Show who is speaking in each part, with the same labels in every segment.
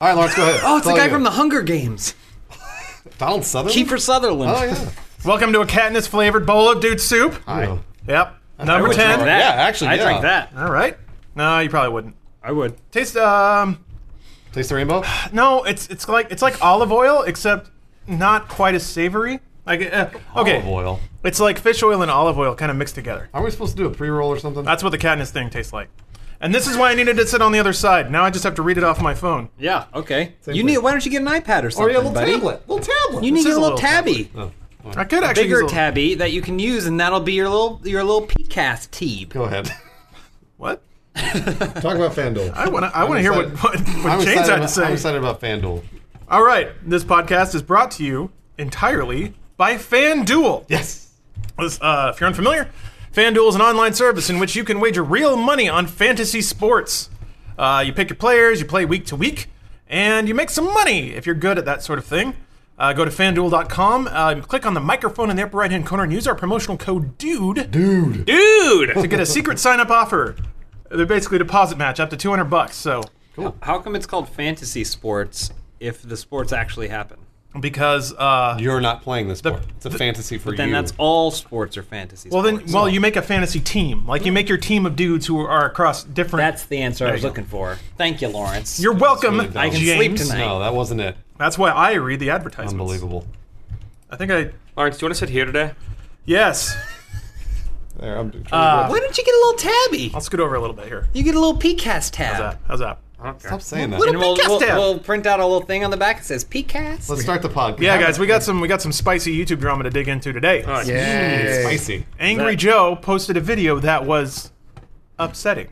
Speaker 1: All right, Lawrence, go ahead.
Speaker 2: Oh, it's the
Speaker 1: all
Speaker 2: guy
Speaker 1: you.
Speaker 2: from the Hunger Games,
Speaker 1: Donald Sutherland.
Speaker 2: Kiefer Sutherland.
Speaker 1: Oh yeah.
Speaker 3: Welcome to a catnip flavored bowl of dude soup.
Speaker 1: Hi.
Speaker 3: Yep. Number
Speaker 1: would
Speaker 3: ten.
Speaker 1: try that. Yeah, actually,
Speaker 2: I
Speaker 1: yeah.
Speaker 2: drink that.
Speaker 3: All right. No, you probably wouldn't.
Speaker 2: I would.
Speaker 3: Taste. Um.
Speaker 1: Taste the rainbow.
Speaker 3: No, it's it's like it's like olive oil, except not quite as savory. Like uh, okay,
Speaker 1: Olive oil.
Speaker 3: it's like fish oil and olive oil kind of mixed together.
Speaker 1: Are we supposed to do a pre-roll or something?
Speaker 3: That's what the catnip thing tastes like. And this is why I needed to sit on the other side. Now I just have to read it off my phone.
Speaker 2: Yeah. Okay. you
Speaker 1: thing.
Speaker 2: need. Why don't you get an iPad or something, buddy?
Speaker 1: Little tablet.
Speaker 2: You need
Speaker 3: This
Speaker 2: to get
Speaker 3: is
Speaker 2: a
Speaker 3: a
Speaker 2: little
Speaker 3: little
Speaker 2: tabby,
Speaker 3: I could actually use a
Speaker 2: bigger
Speaker 3: little-
Speaker 2: tabby that you can use, and that'll be your little your little PCast teeb.
Speaker 1: go ahead.
Speaker 3: What?
Speaker 1: Talk about FanDuel.
Speaker 3: I want to. I want to hear what
Speaker 1: excited.
Speaker 3: what,
Speaker 1: I'm
Speaker 3: what
Speaker 1: excited
Speaker 3: James had to
Speaker 1: about- I'm
Speaker 3: say.
Speaker 1: excited about FanDuel.
Speaker 3: All right, this podcast is brought to you entirely by FanDuel.
Speaker 1: Yes.
Speaker 3: This, uh, if you're unfamiliar, FanDuel is an online service in which you can wager real money on fantasy sports. Uh, you pick your players, you play week to week, and you make some money if you're good at that sort of thing. Uh, go to fanduel.com, uh, click on the microphone in the upper right hand corner, and use our promotional code DUDE,
Speaker 1: Dude.
Speaker 3: DUDE to get a secret sign up offer. They're basically a deposit match up to 200 bucks. So,
Speaker 2: How come it's called fantasy sports if the sports actually happen?
Speaker 3: because, uh,
Speaker 1: You're not playing this sport. It's a fantasy for
Speaker 2: Then
Speaker 1: you.
Speaker 2: that's all sports are fantasy.
Speaker 3: well, then,
Speaker 2: sports.
Speaker 3: well, you make a fantasy team. Like, you make your team of dudes who are across different.
Speaker 2: that's the answer I was looking for. Thank you, Lawrence.
Speaker 3: you're welcome,
Speaker 1: really dumb. I
Speaker 2: can
Speaker 3: James.
Speaker 2: sleep tonight.
Speaker 1: No, that wasn't it.
Speaker 3: That's why I read the advertisements.
Speaker 1: Unbelievable.
Speaker 3: I think I.
Speaker 4: Lawrence, do you want to sit here today?
Speaker 3: Yes.
Speaker 1: There, I'm trying to
Speaker 3: Uh,
Speaker 2: Why don't you get a little tabby?
Speaker 1: Uh,
Speaker 3: I'll scoot over a little bit here.
Speaker 2: You get a little PCast
Speaker 3: How's
Speaker 2: tab.
Speaker 3: that? How's that?
Speaker 1: stop saying that.
Speaker 2: And we'll,
Speaker 3: PCast
Speaker 2: we'll,
Speaker 3: tab.
Speaker 2: we'll print out a little thing on the back that says PCast.
Speaker 1: Let's start the podcast.
Speaker 3: Yeah, guys, we got some we got some spicy YouTube drama to dig into today.
Speaker 1: spicy.
Speaker 3: Angry Joe posted a video that was upsetting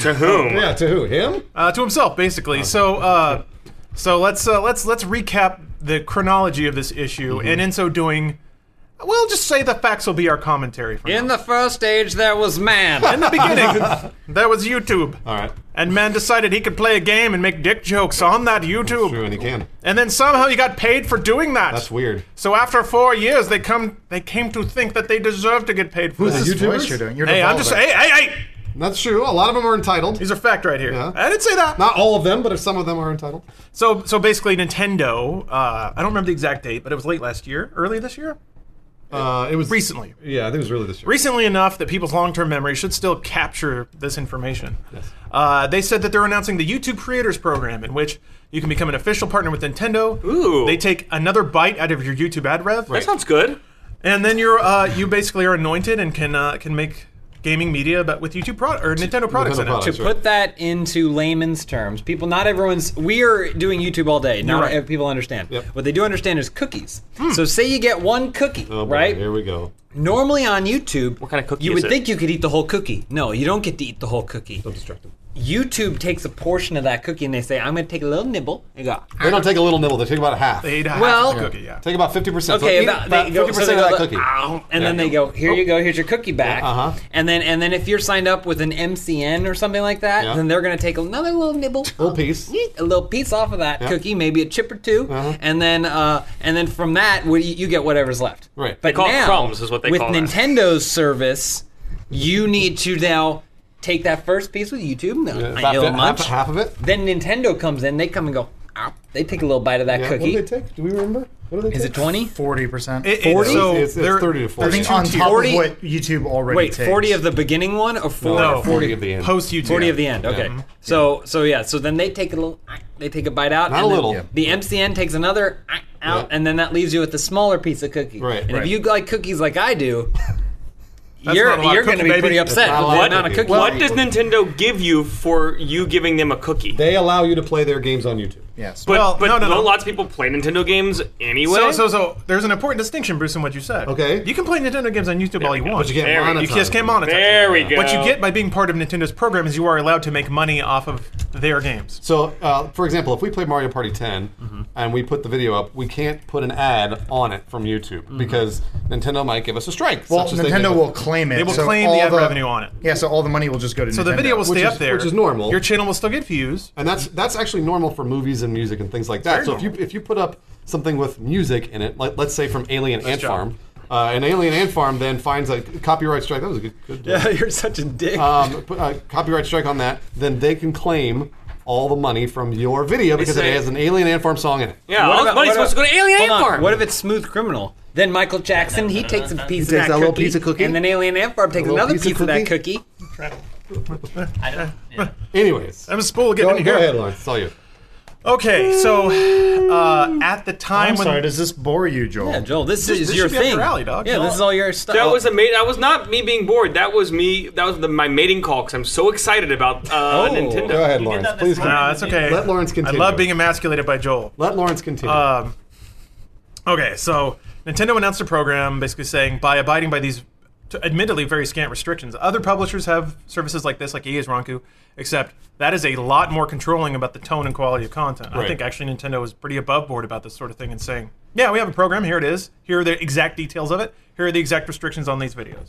Speaker 4: To whom?
Speaker 1: Oh, Yeah, to who? Him?
Speaker 3: uh, to himself, basically. So, uh, so let's uh, let's let's recap the chronology of this issue, and in so doing, we'll just say the facts will be our commentary. From
Speaker 2: In the first age, there was man.
Speaker 3: the beginning, there was YouTube,
Speaker 1: All right.
Speaker 3: and man decided he could play a game and make dick jokes on that YouTube,
Speaker 1: True, and he can.
Speaker 3: and then somehow he got paid for doing that.
Speaker 1: That's weird.
Speaker 3: So after four years, they come. They came to think that they deserve to get paid for this.
Speaker 1: The YouTubers?
Speaker 5: voice you're doing. You're
Speaker 3: Hey, I'm just.
Speaker 5: devolving.
Speaker 3: Hey, hey, hey!
Speaker 1: That's true. A lot of them are entitled.
Speaker 3: These are fact right here.
Speaker 1: Yeah.
Speaker 3: I didn't say that.
Speaker 1: Not all of them, but if some of them are entitled.
Speaker 3: So, so basically, Nintendo. Uh, I don't remember the exact date, but it was late last year, early this year,
Speaker 1: Uh, it was
Speaker 3: recently.
Speaker 1: Yeah, I think it was really this year.
Speaker 3: Recently enough that people's long-term memory should still capture this information. Uh, they said that they're announcing the YouTube Creators Program, in which you can become an official partner with Nintendo.
Speaker 4: Ooh.
Speaker 3: They take another bite out of your YouTube ad rev.
Speaker 4: That sounds good.
Speaker 3: And then you're uh, you basically are anointed and can uh, can make gaming media, but with YouTube pro- or Nintendo products in it.
Speaker 1: products, right.
Speaker 2: Put that into layman's terms. People, not everyone's. We are doing YouTube all day. Not
Speaker 3: You're right.
Speaker 2: ev- people understand.
Speaker 1: Yep. Hmm.
Speaker 2: What they do understand is cookies. So, say you get one cookie,
Speaker 1: Oh, boy,
Speaker 2: right?
Speaker 1: Here we go.
Speaker 2: Normally on YouTube, what
Speaker 4: kind of cookie
Speaker 2: you
Speaker 4: is
Speaker 2: would
Speaker 4: it?
Speaker 2: think you could eat the whole cookie. No, you don't get to eat the whole cookie.
Speaker 1: I'm distracted.
Speaker 2: YouTube takes a portion of that cookie and they say, "I'm going to take a little nibble." And go,
Speaker 1: They don't take a little nibble. They take about half.
Speaker 3: They'd have
Speaker 2: Well-
Speaker 3: the cookie, yeah.
Speaker 1: take about fifty percent.
Speaker 2: Okay, about, they go,
Speaker 1: fifty
Speaker 2: so
Speaker 1: percent
Speaker 2: they
Speaker 1: of
Speaker 2: go,
Speaker 1: that
Speaker 2: like, "Ah."
Speaker 1: cookie.
Speaker 2: "Ow," and then
Speaker 1: Yeah.
Speaker 2: they go, here you go, here's your cookie back.
Speaker 1: uh-huh.
Speaker 2: And then and then if you're signed up with an MCN or something like that,
Speaker 1: Yeah.
Speaker 2: then they're gonna take another little nibble,
Speaker 1: Little piece.
Speaker 2: yeet, a little piece off of that
Speaker 1: Yeah. Uh-huh.
Speaker 2: cookie, maybe a chip or 2 and then uh, and then from that, what you, you get whatever's left.
Speaker 1: Right.
Speaker 2: But
Speaker 1: They
Speaker 4: call it
Speaker 2: now,
Speaker 4: crumbs is what they
Speaker 2: with
Speaker 4: call that.
Speaker 2: Nintendo's service, you need to now take that first piece with YouTube. No,
Speaker 1: About
Speaker 2: I
Speaker 1: fi-
Speaker 2: know
Speaker 1: half,
Speaker 2: much.
Speaker 1: half of it.
Speaker 2: Then Nintendo comes in, they come and go. "Ow." They take a little bite of that
Speaker 1: Yeah,
Speaker 2: cookie.
Speaker 1: What do they take? Do we remember? What do they
Speaker 2: Is
Speaker 1: take?
Speaker 2: it twenty?
Speaker 5: Forty percent.
Speaker 3: It-
Speaker 5: I
Speaker 3: it-
Speaker 1: 40?
Speaker 3: So
Speaker 1: It's- it's
Speaker 3: they're-
Speaker 1: 30 to 40.
Speaker 3: they're
Speaker 5: think
Speaker 3: two
Speaker 5: on
Speaker 3: tiers.
Speaker 5: top
Speaker 2: 40
Speaker 5: of what YouTube already
Speaker 2: Wait,
Speaker 5: takes.
Speaker 2: forty of the beginning one or four?
Speaker 3: No.
Speaker 1: 40 of the end.
Speaker 3: post YouTube.
Speaker 2: 40 of the end. Okay. So so yeah. So then they take a little. They take a bite out.
Speaker 1: Not
Speaker 2: and
Speaker 1: a
Speaker 2: then
Speaker 1: little.
Speaker 5: Yeah.
Speaker 2: The MCN takes another out,
Speaker 1: Yeah.
Speaker 2: and then that leaves you with the smaller piece of cookie.
Speaker 1: Right,
Speaker 2: And
Speaker 1: right.
Speaker 2: if you like cookies like I do,
Speaker 3: not
Speaker 2: you're
Speaker 3: a lot of
Speaker 2: you're going to
Speaker 3: cookie,
Speaker 2: be
Speaker 3: baby.
Speaker 2: pretty
Speaker 1: That's
Speaker 2: upset
Speaker 1: not a
Speaker 2: with
Speaker 1: lot
Speaker 2: the
Speaker 1: of
Speaker 2: amount of
Speaker 1: cookie.
Speaker 2: cookies.
Speaker 1: Well,
Speaker 4: What does Nintendo give you for you giving them a cookie?
Speaker 1: They allow you to play their games on YouTube.
Speaker 5: Yes.
Speaker 4: but
Speaker 3: Well,
Speaker 4: but
Speaker 3: no, no, no.
Speaker 4: don't lots of people play Nintendo games anyway?
Speaker 3: So, so, so there's an important distinction, Bruce, in what you said.
Speaker 1: Okay.
Speaker 3: You can play Nintendo games on YouTube all you want.
Speaker 1: But you can't
Speaker 4: There we-
Speaker 1: monetize.
Speaker 3: You just can't monetize.
Speaker 4: there we go.
Speaker 3: What you get by being part of Nintendo's program is you are allowed to make money off of their games.
Speaker 1: So, uh, for example, if we play Mario Party 10
Speaker 2: Mm-hmm.
Speaker 1: and we put the video up, we can't put an ad on it from YouTube
Speaker 2: Mm-hmm.
Speaker 1: because Nintendo might give us a strike.
Speaker 5: Well,
Speaker 1: such as they did
Speaker 5: Nintendo
Speaker 1: with-
Speaker 5: will claim it.
Speaker 3: They will
Speaker 5: so
Speaker 3: claim
Speaker 5: all
Speaker 3: the ad revenue on it.
Speaker 5: Yeah, so all the money will just go to
Speaker 3: So the video will stay
Speaker 1: Which
Speaker 3: up
Speaker 1: is-
Speaker 3: there,
Speaker 1: which is normal.
Speaker 3: Your channel will still get views.
Speaker 1: and that's that's actually normal for movies and music and things like that.
Speaker 3: very
Speaker 1: So if you if you put up something with music in it, like, let's say from Alien Ant Farm, uh, and Alien Ant Farm then finds a copyright strike. That was a good. good
Speaker 2: Uh, Yeah, you're such a dick.
Speaker 1: um, put a copyright strike on that, then they can claim all the money from your video because it
Speaker 4: say-
Speaker 1: has an Alien Ant Farm song in it.
Speaker 4: Yeah, all the money's supposed to go to Alien
Speaker 2: hold
Speaker 4: Ant
Speaker 2: on,
Speaker 4: Farm.
Speaker 2: What if it's Smooth Criminal? Then Michael Jackson, he takes a piece
Speaker 1: He takes a
Speaker 2: of that cookie,
Speaker 1: little piece of cookie.
Speaker 2: and then Alien Ant Farm takes
Speaker 1: little
Speaker 2: another
Speaker 1: piece
Speaker 2: piece,
Speaker 1: of
Speaker 2: of that cookie.
Speaker 6: I don't, yeah.
Speaker 1: Anyways,
Speaker 3: I'm a spool of
Speaker 1: go,
Speaker 3: getting in
Speaker 1: go
Speaker 3: here.
Speaker 1: ahead, Lawrence. It's all you.
Speaker 3: Okay, so uh, at the time
Speaker 5: I'm
Speaker 3: when
Speaker 5: sorry, does this bore you, Joel?
Speaker 2: Yeah, Joel, this, is
Speaker 3: this
Speaker 2: your
Speaker 3: should be up
Speaker 2: thing.
Speaker 3: your alley, dog.
Speaker 2: Yeah,
Speaker 3: Joel-
Speaker 2: this is all your stuff.
Speaker 4: That was a mate. That was not me being bored. That was me. That was the, my mating call because I'm so excited about uh,
Speaker 2: Oh.
Speaker 4: Nintendo.
Speaker 1: Go ahead,
Speaker 6: You did
Speaker 1: Lawrence.
Speaker 6: that
Speaker 1: Please
Speaker 6: this morning.
Speaker 1: continue.
Speaker 3: no, that's okay.
Speaker 1: Let Lawrence continue.
Speaker 3: I love being emasculated by Joel.
Speaker 1: Let Lawrence continue.
Speaker 3: Um, okay, so Nintendo announced a program basically saying by abiding by these t- admittedly very scant restrictions, other publishers have services like this, like EA's Ronku, except that is a lot more controlling about the tone and quality of content. I
Speaker 1: Right.
Speaker 3: think actually Nintendo was pretty above board about this sort of thing and saying, yeah, we have a program, here it is, here are the exact details of it, here are the exact restrictions on these videos.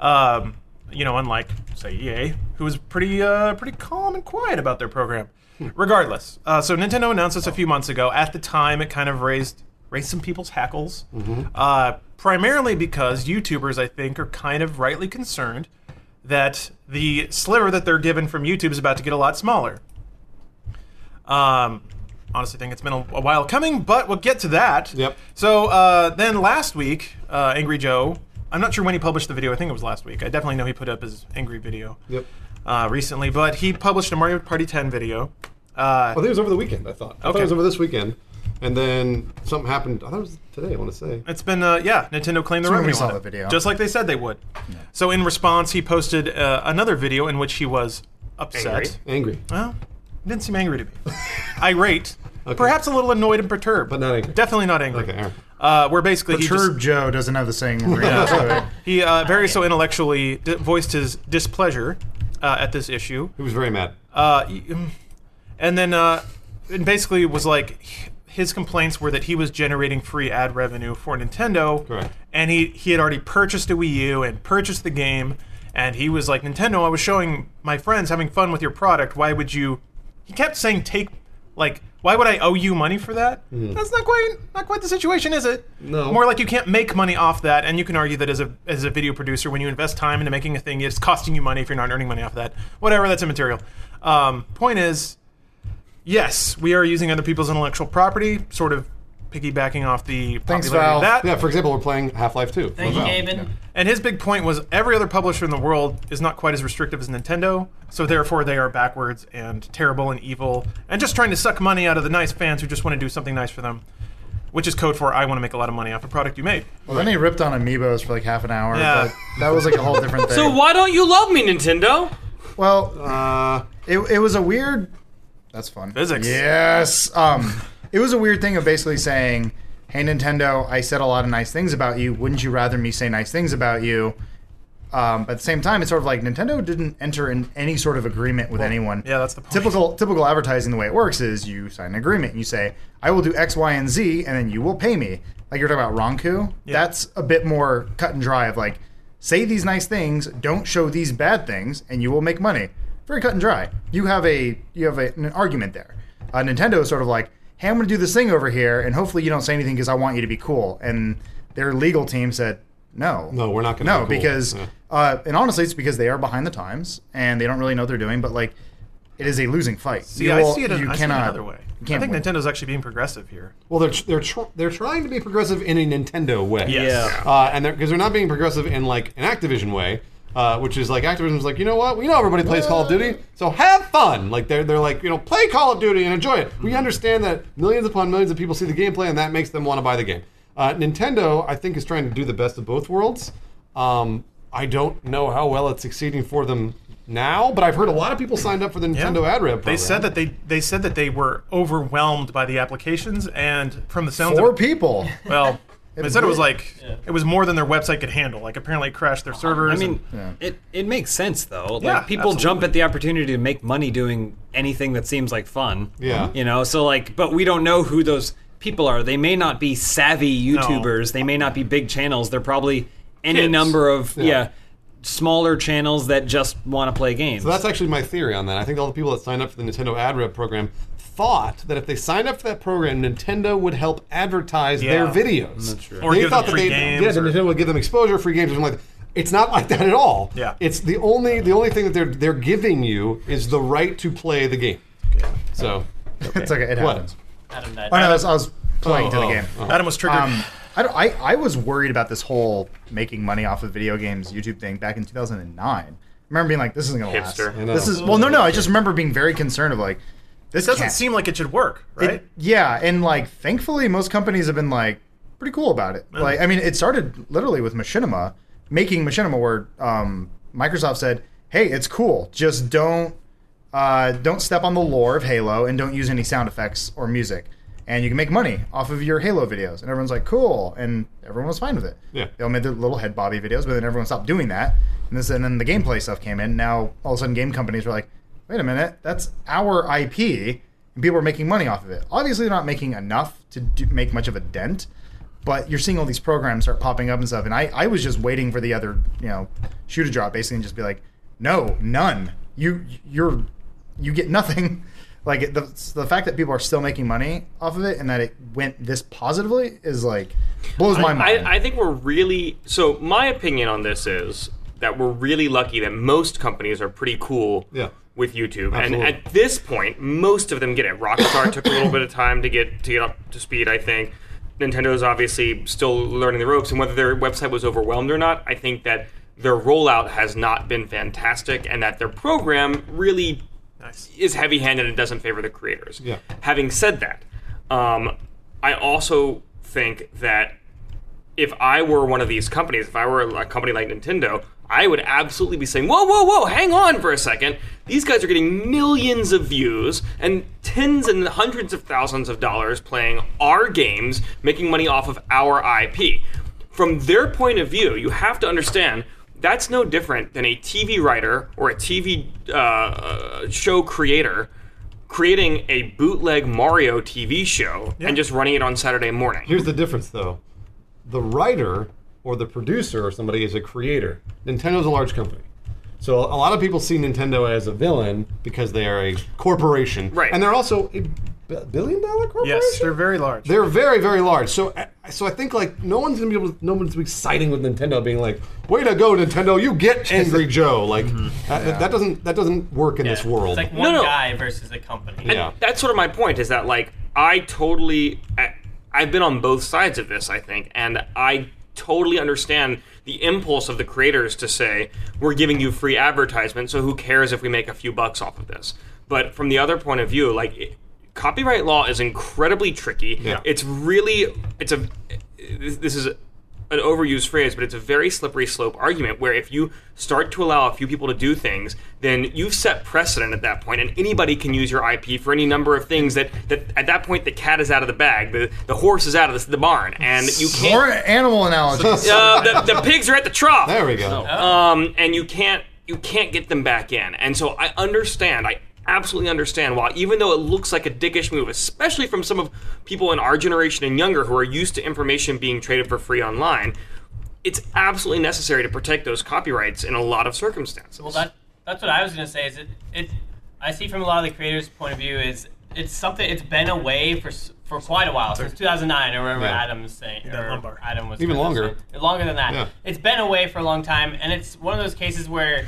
Speaker 3: Um, you know, unlike say EA, who was pretty uh, pretty calm and quiet about their program. Regardless, uh, so Nintendo announced this a few months ago. At the time, it kind of raised raised some people's hackles, uh, primarily because YouTubers, I think, are kind of rightly concerned that the sliver that they're given from YouTube is about to get a lot smaller. Um, honestly, think it's been a, a while coming, but we'll get to that.
Speaker 1: Yep.
Speaker 3: So uh, then last week, uh, Angry Joe. I'm not sure when he published the video. I think it was last week. I definitely know he put up his angry video
Speaker 1: yep.
Speaker 3: uh, recently, but he published a Mario Party 10 video. Uh,
Speaker 1: I think it was over the weekend. I thought. I thought
Speaker 3: Okay.
Speaker 1: it was over this weekend, and then something happened. I thought it was today. I want to say.
Speaker 3: It's been uh, yeah, Nintendo claimed the
Speaker 5: when we
Speaker 3: revenue
Speaker 5: saw
Speaker 3: on it,
Speaker 5: that video.
Speaker 3: just like they said they would. So in response, he posted uh, another video in which he was upset.
Speaker 4: Angry.
Speaker 1: Angry.
Speaker 3: Well, didn't seem angry to me. Irate, perhaps a little annoyed and perturbed,
Speaker 1: But not angry.
Speaker 3: Definitely not angry.
Speaker 1: Okay, all right.
Speaker 3: Uh, where basically he just-
Speaker 5: Turb Joe doesn't have the same ring to it.
Speaker 3: he uh, very so intellectually d- voiced his displeasure uh, at this issue.
Speaker 1: He was very mad.
Speaker 3: Uh, y- mm. and then uh, and basically was like h- his complaints were that he was generating free ad revenue for Nintendo.
Speaker 1: Correct.
Speaker 3: And he he had already purchased a Wii U and purchased the game, and he was like Nintendo. I was showing my friends having fun with your product. Why would you? He kept saying take like. Why would I owe you money for that? That's not quite not quite the situation, is it?
Speaker 1: No.
Speaker 3: More like you can't make money off that, and you can argue that as a as a video producer, when you invest time into making a thing, it's costing you money if you're not earning money off that. Whatever, that's immaterial. Um, point is, yes, we are using other people's intellectual property, sort of piggybacking off the
Speaker 5: Thanks,
Speaker 3: popularity of
Speaker 5: Val.
Speaker 3: that.
Speaker 1: Yeah. For example, we're playing Half Life Two.
Speaker 6: Thank you,
Speaker 1: Wow.
Speaker 6: Gaben.
Speaker 3: And his big point was every other publisher in the world is not quite as restrictive as Nintendo, so therefore they are backwards and terrible and evil and just trying to suck money out of the nice fans who just want to do something nice for them, which is code for I want to make a lot of money off a product you made.
Speaker 5: Well, then he ripped on Amiibos for like half an hour.
Speaker 3: Yeah.
Speaker 5: But that was like a whole different thing.
Speaker 4: So why don't you love me, Nintendo?
Speaker 5: Well,
Speaker 1: Uh,
Speaker 5: it, it was a weird. That's fun.
Speaker 3: Physics.
Speaker 5: Yes. Um, it was a weird thing of basically saying, "Hey Nintendo, I said a lot of nice things about you. Wouldn't you rather me say nice things about you?" Um, but at the same time, it's sort of like Nintendo didn't enter in any sort of agreement with anyone.
Speaker 3: yeah, that's the point.
Speaker 5: Typical typical advertising. The way it works is you sign an agreement. You say, "I will do X, Y, and Z, and then you will pay me." Like you're talking about Ronku. That's a bit more cut and dry. Of like, say these nice things, don't show these bad things, and you will make money. Very cut and dry. You have a you have a- an argument there. Uh, Nintendo is sort of like, "Hey, I'm going to do this thing over here, and hopefully you don't say anything because I want you to be cool." And their legal team said, "No,
Speaker 1: No, we're not gonna
Speaker 5: No,
Speaker 1: be cool."
Speaker 5: because
Speaker 1: Yeah.
Speaker 5: uh, and honestly, it's because they are behind the times and they don't really know what they're doing. But like, it is a losing fight.
Speaker 3: See,
Speaker 5: you
Speaker 3: I
Speaker 5: will-
Speaker 3: see it, in-
Speaker 5: you
Speaker 3: I see it
Speaker 5: cannot,
Speaker 3: another way.
Speaker 5: You
Speaker 3: I
Speaker 5: can't
Speaker 3: think
Speaker 5: win.
Speaker 3: Nintendo's actually being progressive here.
Speaker 1: well, they're tr- they're tr- they're trying to be progressive in a Nintendo way.
Speaker 3: Yes.
Speaker 1: Uh, and they're because they're not being progressive in like an Activision way. Uh, which is like Activision's like, you know what? We know everybody plays Call of Duty, so have fun. Like they're they're like, you know, play Call of Duty and enjoy it.
Speaker 3: Mm-hmm.
Speaker 1: We understand that millions upon millions of people see the gameplay, and that makes them want to buy the game. Uh, Nintendo, I think, is trying to do the best of both worlds. Um, I don't know how well it's succeeding for them now, but I've heard a lot of people signed up for the Nintendo ad rev.
Speaker 3: They
Speaker 1: program.
Speaker 3: said that they they said that they were overwhelmed by the applications and from the sounds
Speaker 5: four
Speaker 3: of
Speaker 5: people.
Speaker 3: well, they said it was
Speaker 5: would.
Speaker 3: like it was more than their website could handle. Like apparently it crashed their servers.
Speaker 2: I mean,
Speaker 3: and-
Speaker 2: it, it makes sense though. Like
Speaker 3: Yeah,
Speaker 2: people jump at the opportunity to make money doing anything that seems like fun.
Speaker 1: Yeah.
Speaker 2: You know, so like, but we don't know who those people are. They may not be savvy YouTubers. They may not be big channels. They're probably any
Speaker 4: Kids.
Speaker 2: number of yeah. smaller channels that just want to play games.
Speaker 1: So that's actually my theory on that. I think all the people that signed up for the Nintendo ad rep program thought that if they signed up for that program, Nintendo would help advertise their
Speaker 3: Yeah.
Speaker 1: videos.
Speaker 3: Or
Speaker 1: they
Speaker 3: give them
Speaker 1: thought
Speaker 3: free
Speaker 1: that they,
Speaker 3: games
Speaker 1: Yeah, that
Speaker 3: or-
Speaker 1: Nintendo would give them exposure, free games, or something like that. It's not like that at all.
Speaker 3: Yeah.
Speaker 1: It's the only the only thing that they're they're giving you is the right to play the game. So
Speaker 5: it's okay. It
Speaker 1: What?
Speaker 5: happens.
Speaker 6: Adam died.
Speaker 5: Oh no, I was, I was playing to the
Speaker 1: oh,
Speaker 5: game.
Speaker 1: oh.
Speaker 3: Adam was triggered.
Speaker 5: Um, I, don't- I, I was worried about this whole making money off of video games YouTube thing back in 2009. I remember being like, this isn't going to last.
Speaker 4: Hipster. I
Speaker 1: know.
Speaker 5: This is well, no, no. I just remember being very concerned of like, this
Speaker 3: it doesn't
Speaker 5: can't-
Speaker 3: seem like it should work, right?
Speaker 5: Yeah, and like, thankfully, most companies have been like pretty cool about it. Like, I mean, it started literally with Machinima making Machinima, where um, Microsoft said, "Hey, it's cool. Just don't uh, don't step on the lore of Halo and don't use any sound effects or music." And you can make money off of your Halo videos, and everyone's like, "Cool," and everyone was fine with it.
Speaker 1: Yeah.
Speaker 5: they all made their little head bobby videos, but then everyone stopped doing that, and this, and then the gameplay stuff came in. Now all of a sudden, game companies were like, "Wait a minute, that's our IP, and people are making money off of it. Obviously, they're not making enough to do, make much of a dent, but you're seeing all these programs start popping up and stuff. And I, I was just waiting for the other, you know, shoe to drop, basically, and just be like, "No, none. You, you're, you get nothing." Like the the fact that people are still making money off of it and that it went this positively is like blows my mind.
Speaker 4: I, I think we're really so. My opinion on this is that we're really lucky that most companies are pretty cool
Speaker 1: Yeah.
Speaker 4: with YouTube,
Speaker 1: Absolutely.
Speaker 4: and at this point, most of them get it. Rockstar took a little bit of time to get to get up to speed. I think Nintendo's obviously still learning the ropes, and whether their website was overwhelmed or not, I think that their rollout has not been fantastic, and that their program really
Speaker 3: Nice.
Speaker 4: is heavy-handed and doesn't favor the creators.
Speaker 1: Yeah.
Speaker 4: Having said that, um, I also think that if I were one of these companies, if I were a company like Nintendo, I would absolutely be saying, "Whoa, whoa, whoa! Hang on for a second. These guys are getting millions of views and tens and hundreds of thousands of dollars playing our games, making money off of our IP." From their point of view, you have to understand that's no different than a TV writer or a TV uh, uh, show creator creating a bootleg Mario TV show and just running it on Saturday morning.
Speaker 1: Here's the difference, though: the writer or the producer or somebody is a creator. Nintendo's a large company, so a lot of people see Nintendo as a villain because they are a corporation,
Speaker 4: Right.
Speaker 1: And they're also a b- billion-dollar corporation.
Speaker 3: Yes, they're very large.
Speaker 1: They're very, very large. So, eh, so I think like no one's gonna be able, no one's gonna be siding with Nintendo, being like, "Way to go, Nintendo! You get Angry Joe!" Like that, that doesn't that doesn't work in this world.
Speaker 6: It's like one
Speaker 4: no.
Speaker 6: guy versus a company.
Speaker 1: Yeah.
Speaker 4: that's sort of my point is that like i totally I, i've been on both sides of this i think and i totally understand the impulse of the creators to say we're giving you free advertisement so who cares if we make a few bucks off of this but from the other point of view like it, copyright law is incredibly tricky
Speaker 1: Yeah.
Speaker 4: it's really it's a this this is an overused phrase, but it's a very slippery slope argument where if you start to allow a few people to do things, then you've set precedent at that point, and anybody can use your IP for any number of things that, that at that point the cat is out of the bag, the, the horse is out of the, the barn, and you
Speaker 5: More
Speaker 4: can't.
Speaker 5: animal analogies.
Speaker 4: Uh, the, the pigs are at the trough
Speaker 1: there we go.
Speaker 4: um, and you can't you can't get them back in. And so I understand. I absolutely understand why, even though it looks like a dickish move, especially from some of people in our generation and younger who are used to information being traded for free online. It's absolutely necessary to protect those copyrights in a lot of circumstances.
Speaker 6: Well, that that's what I was gonna say. Is it? It. I see from a lot of the creators' point of view is it's something. It's been away for s- for quite a while since 2009 or wherever
Speaker 1: Yeah.
Speaker 6: Adam's saying. Or
Speaker 3: lumbar.
Speaker 6: Adam was
Speaker 1: Even
Speaker 6: kind of
Speaker 1: longer.
Speaker 6: saying- Longer than that.
Speaker 1: Yeah.
Speaker 6: It's been away for a long time, and it's one of those cases where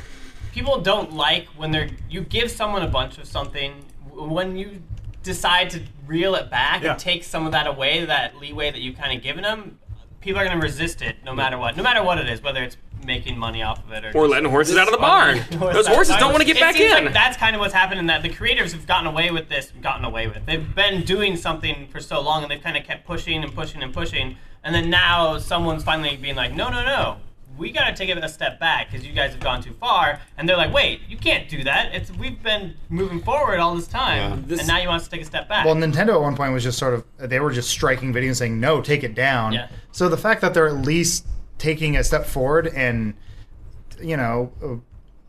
Speaker 6: people don't like when they're you give someone a bunch of something w- when you decide to reel it back
Speaker 3: Yeah.
Speaker 6: and take some of that away, that leeway that you've kind of given them. People are going to resist it no matter what, no matter what it is, whether it's making money off of it or
Speaker 4: or
Speaker 6: just-
Speaker 4: letting horses out of the barn. Those horses don't want to get
Speaker 6: it
Speaker 4: back
Speaker 6: seems
Speaker 4: in.
Speaker 6: Like that's kind of what's happened in that the creators have gotten away with this, gotten away with. They've been doing something for so long and they've kind of kept pushing and pushing and pushing. And then now someone's finally being like, no, no, no. We got to take it a step back because you guys have gone too far. And they're like, wait, you can't do that. It's We've been moving forward all this time.
Speaker 1: Yeah.
Speaker 6: and now you want us to take a step back.
Speaker 5: Well, Nintendo at one point was just sort of they were just striking videos and saying no, take it down.
Speaker 6: Yeah.
Speaker 5: So the fact that they're at least taking a step forward and you know uh,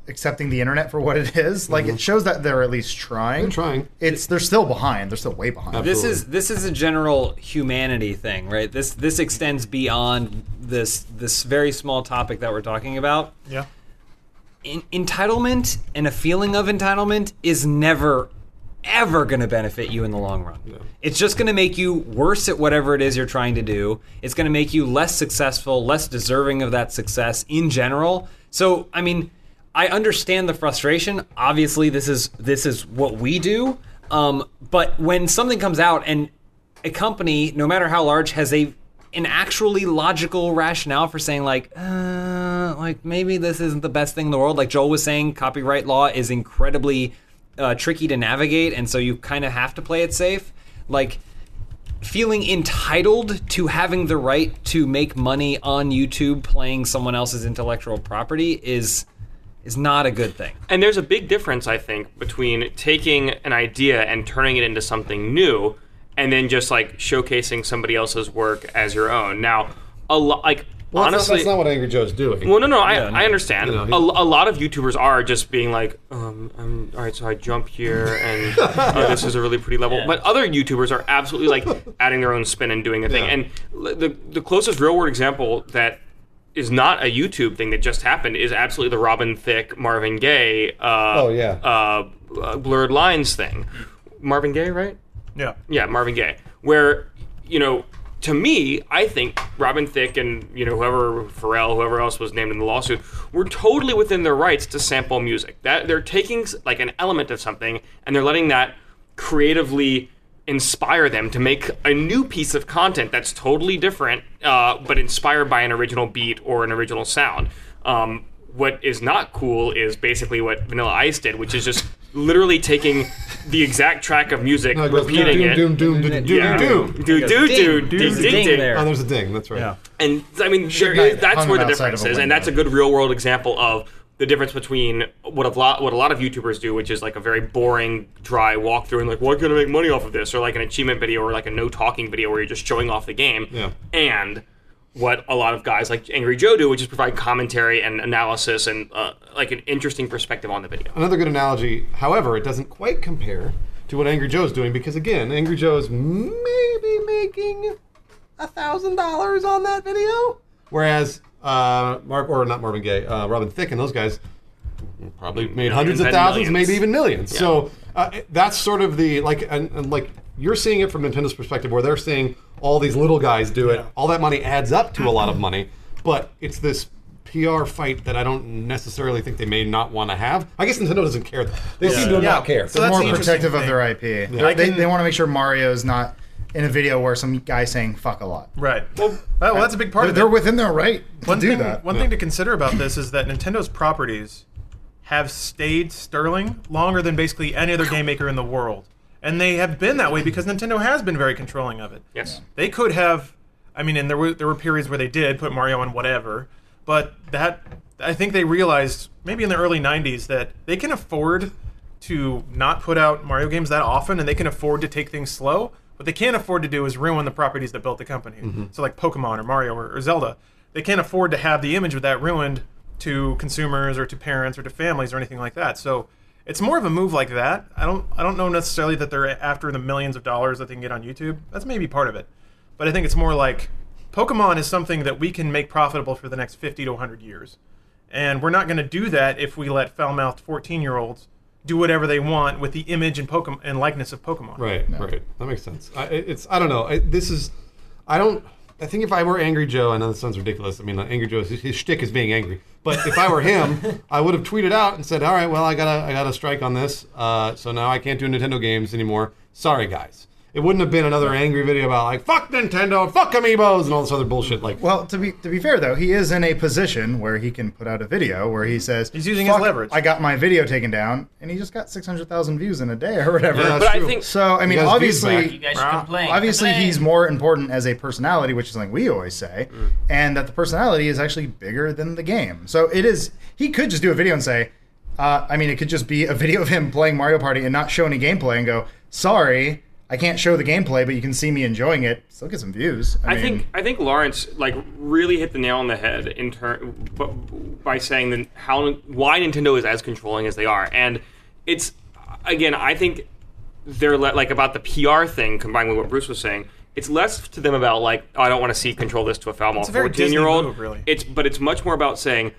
Speaker 5: accepting the internet for what it is, like
Speaker 3: Mm-hmm.
Speaker 5: it shows that they're at least trying.
Speaker 1: They're trying.
Speaker 5: It's they're still behind. They're still way behind.
Speaker 1: Absolutely.
Speaker 2: This is this is a general humanity thing, right? This this extends beyond this this very small topic that we're talking about.
Speaker 3: yeah.
Speaker 2: En- entitlement and a feeling of entitlement is never ever going to benefit you in the long run. It's just going to make you worse at whatever it is you're trying to do. It's going to make you less successful, less deserving of that success in general. So, I mean, I understand the frustration. Obviously, this is this is what we do. Um, but when something comes out and a company, no matter how large, has a an actually logical rationale for saying like, uh, like maybe this isn't the best thing in the world. Like Joel was saying, copyright law is incredibly uh, tricky to navigate, and so you kind of have to play it safe. Like feeling entitled to having the right to make money on YouTube playing someone else's intellectual property is is not a good thing.
Speaker 4: And there's a big difference, I think, between taking an idea and turning it into something new, and then just like showcasing somebody else's work as your own. Now, a lot like
Speaker 1: Well, that's
Speaker 4: honestly,
Speaker 1: not, that's not what Angry Joe's doing.
Speaker 4: well, no, no, I, I understand.
Speaker 1: You know, he-
Speaker 4: a, a lot of YouTubers are just being like, um, I'm, all right, so I jump here, and oh, this is a really pretty level. But other YouTubers are absolutely like adding their own spin and doing a thing.
Speaker 1: Yeah.
Speaker 4: And l- the the closest real world example that is not a YouTube thing that just happened is absolutely the Robin Thicke, Marvin Gaye, uh,
Speaker 1: Oh, yeah.
Speaker 4: uh, uh, blurred lines thing. Marvin Gaye, right?
Speaker 3: Yeah.
Speaker 4: yeah, Marvin Gaye, where you know, to me, I think Robin Thicke and you know whoever Pharrell, whoever else was named in the lawsuit, were totally within their rights to sample music. That they're taking s- like an element of something and they're letting that creatively inspire them to make a new piece of content that's totally different, uh, but inspired by an original beat or an original sound. Um, what is not cool is basically what Vanilla Ice did, which is just literally taking the exact track of music,
Speaker 1: No, it goes,
Speaker 4: repeating
Speaker 1: doom,
Speaker 4: it.
Speaker 1: doom, doom, doom, doom,
Speaker 4: Yeah.
Speaker 1: doom, doom.
Speaker 4: Do, do, do,
Speaker 2: Ding,
Speaker 4: ding,
Speaker 2: ding,
Speaker 4: ding,
Speaker 2: ding
Speaker 4: ding.
Speaker 2: there.
Speaker 1: Oh, there's a ding. That's right.
Speaker 3: Yeah.
Speaker 4: And I mean, there
Speaker 5: night
Speaker 4: is, that's
Speaker 5: hung
Speaker 4: where the
Speaker 5: him outside
Speaker 4: difference
Speaker 5: of a
Speaker 4: is, and
Speaker 5: window.
Speaker 4: that's a good real world example of the difference between what a lot what a lot of YouTubers do, which is like a very boring, dry walkthrough, and like, "Well, I'm gonna make money off of this," or like an achievement video, or like a no talking video where you're just showing off the game,
Speaker 1: Yeah.
Speaker 4: and what a lot of guys like Angry Joe do, which is provide commentary and analysis and uh, like an interesting perspective on the video.
Speaker 1: Another good analogy. However, it doesn't quite compare to what Angry Joe's doing because again, Angry Joe's maybe making a thousand dollars on that video, whereas uh, Mar- or not Marvin Gaye, uh, Robin Thicke, and those guys probably made hundreds of
Speaker 4: and
Speaker 1: thousands,
Speaker 4: millions.
Speaker 1: maybe even millions. So uh, it- that's sort of the like and, and like you're seeing it from Nintendo's perspective, where they're seeing all these little guys do it. All that money adds up to a lot of money, but it's this PR fight that I don't necessarily think they may not want to have. I guess Nintendo doesn't care. though. They seem to
Speaker 3: Yeah.
Speaker 1: not care.
Speaker 3: So
Speaker 1: They're
Speaker 3: that's
Speaker 1: more
Speaker 3: the
Speaker 5: more
Speaker 3: interesting
Speaker 5: protective of
Speaker 3: thing.
Speaker 5: their IP.
Speaker 1: I
Speaker 5: They,
Speaker 3: can-
Speaker 5: they want to make sure Mario's not in a video where some guy's saying fuck a lot.
Speaker 3: Right. Well, well, that's a big part
Speaker 5: They're,
Speaker 3: of it.
Speaker 5: they're within their right to
Speaker 3: one
Speaker 5: do
Speaker 3: thing,
Speaker 5: that.
Speaker 3: One thing to consider about this is that Nintendo's properties have stayed sterling longer than basically any other game maker in the world. And they have been that way because Nintendo has been very controlling of it.
Speaker 4: Yes.
Speaker 3: They could have I mean, and there were there were periods where they did put Mario on whatever, but that I think they realized maybe in the early 90s that they can afford to not put out Mario games that often and they can afford to take things slow. What they can't afford to do is ruin the properties that built the company. So like Pokemon or Mario or, or Zelda, they can't afford to have the image of that ruined to consumers or to parents or to families or anything like that. So it's more of a move like that. I don't I don't know necessarily that they're after the millions of dollars that they can get on YouTube. That's maybe part of it. But I think it's more like Pokemon is something that we can make profitable for the next 50 to 100 years. And we're not going to do that if we let foul-mouthed 14-year-olds do whatever they want with the image and Pokemon and likeness of Pokemon.
Speaker 1: Right, right. That makes sense. I, it- it's I don't know. I, this is I don't. I think if I were Angry Joe, I know this sounds ridiculous. I mean, like, Angry Joe, his, his shtick is being angry. But if I were him, I would have tweeted out and said, "All right, well, I got to I got to strike on this. Uh, so now I can't do Nintendo games anymore. Sorry, guys." It wouldn't have been another angry video about like "fuck Nintendo," "fuck Amiibos," and all this other bullshit. Like,
Speaker 5: Well, to be to be fair though, he is in a position where he can put out a video where he says
Speaker 3: Mm-hmm. He's using his
Speaker 5: "Fuck,
Speaker 3: leverage."
Speaker 5: I got my video taken down, and he just got six hundred thousand views in a day or whatever.
Speaker 1: Yeah,
Speaker 4: But
Speaker 1: That's
Speaker 4: I
Speaker 1: true.
Speaker 4: think
Speaker 5: so I mean,
Speaker 1: Because views back.
Speaker 6: You
Speaker 5: obviously,
Speaker 6: guys should complain.
Speaker 5: obviously
Speaker 6: Complain.
Speaker 5: he's more important as a personality, which is something we always say,
Speaker 1: Mm.
Speaker 5: and that the personality is actually bigger than the game. So it is. He could just do a video and say, uh, I mean, it could just be a video of him playing Mario Party and not show any gameplay and go, sorry. I can't show the gameplay, but you can see me enjoying it. Still get some views. I,
Speaker 4: I
Speaker 5: mean,
Speaker 4: think I think Lawrence like really hit the nail on the head in turn by saying that how why Nintendo is as controlling as they are, and it's again I think they're le- like about the PR thing combined with what Bruce was saying. It's less to them about like oh, I don't want to see control this to a foul
Speaker 3: a
Speaker 4: mouth
Speaker 3: very
Speaker 4: fourteen year
Speaker 3: Disney
Speaker 4: old.
Speaker 3: move, really.
Speaker 4: It's but it's much more about saying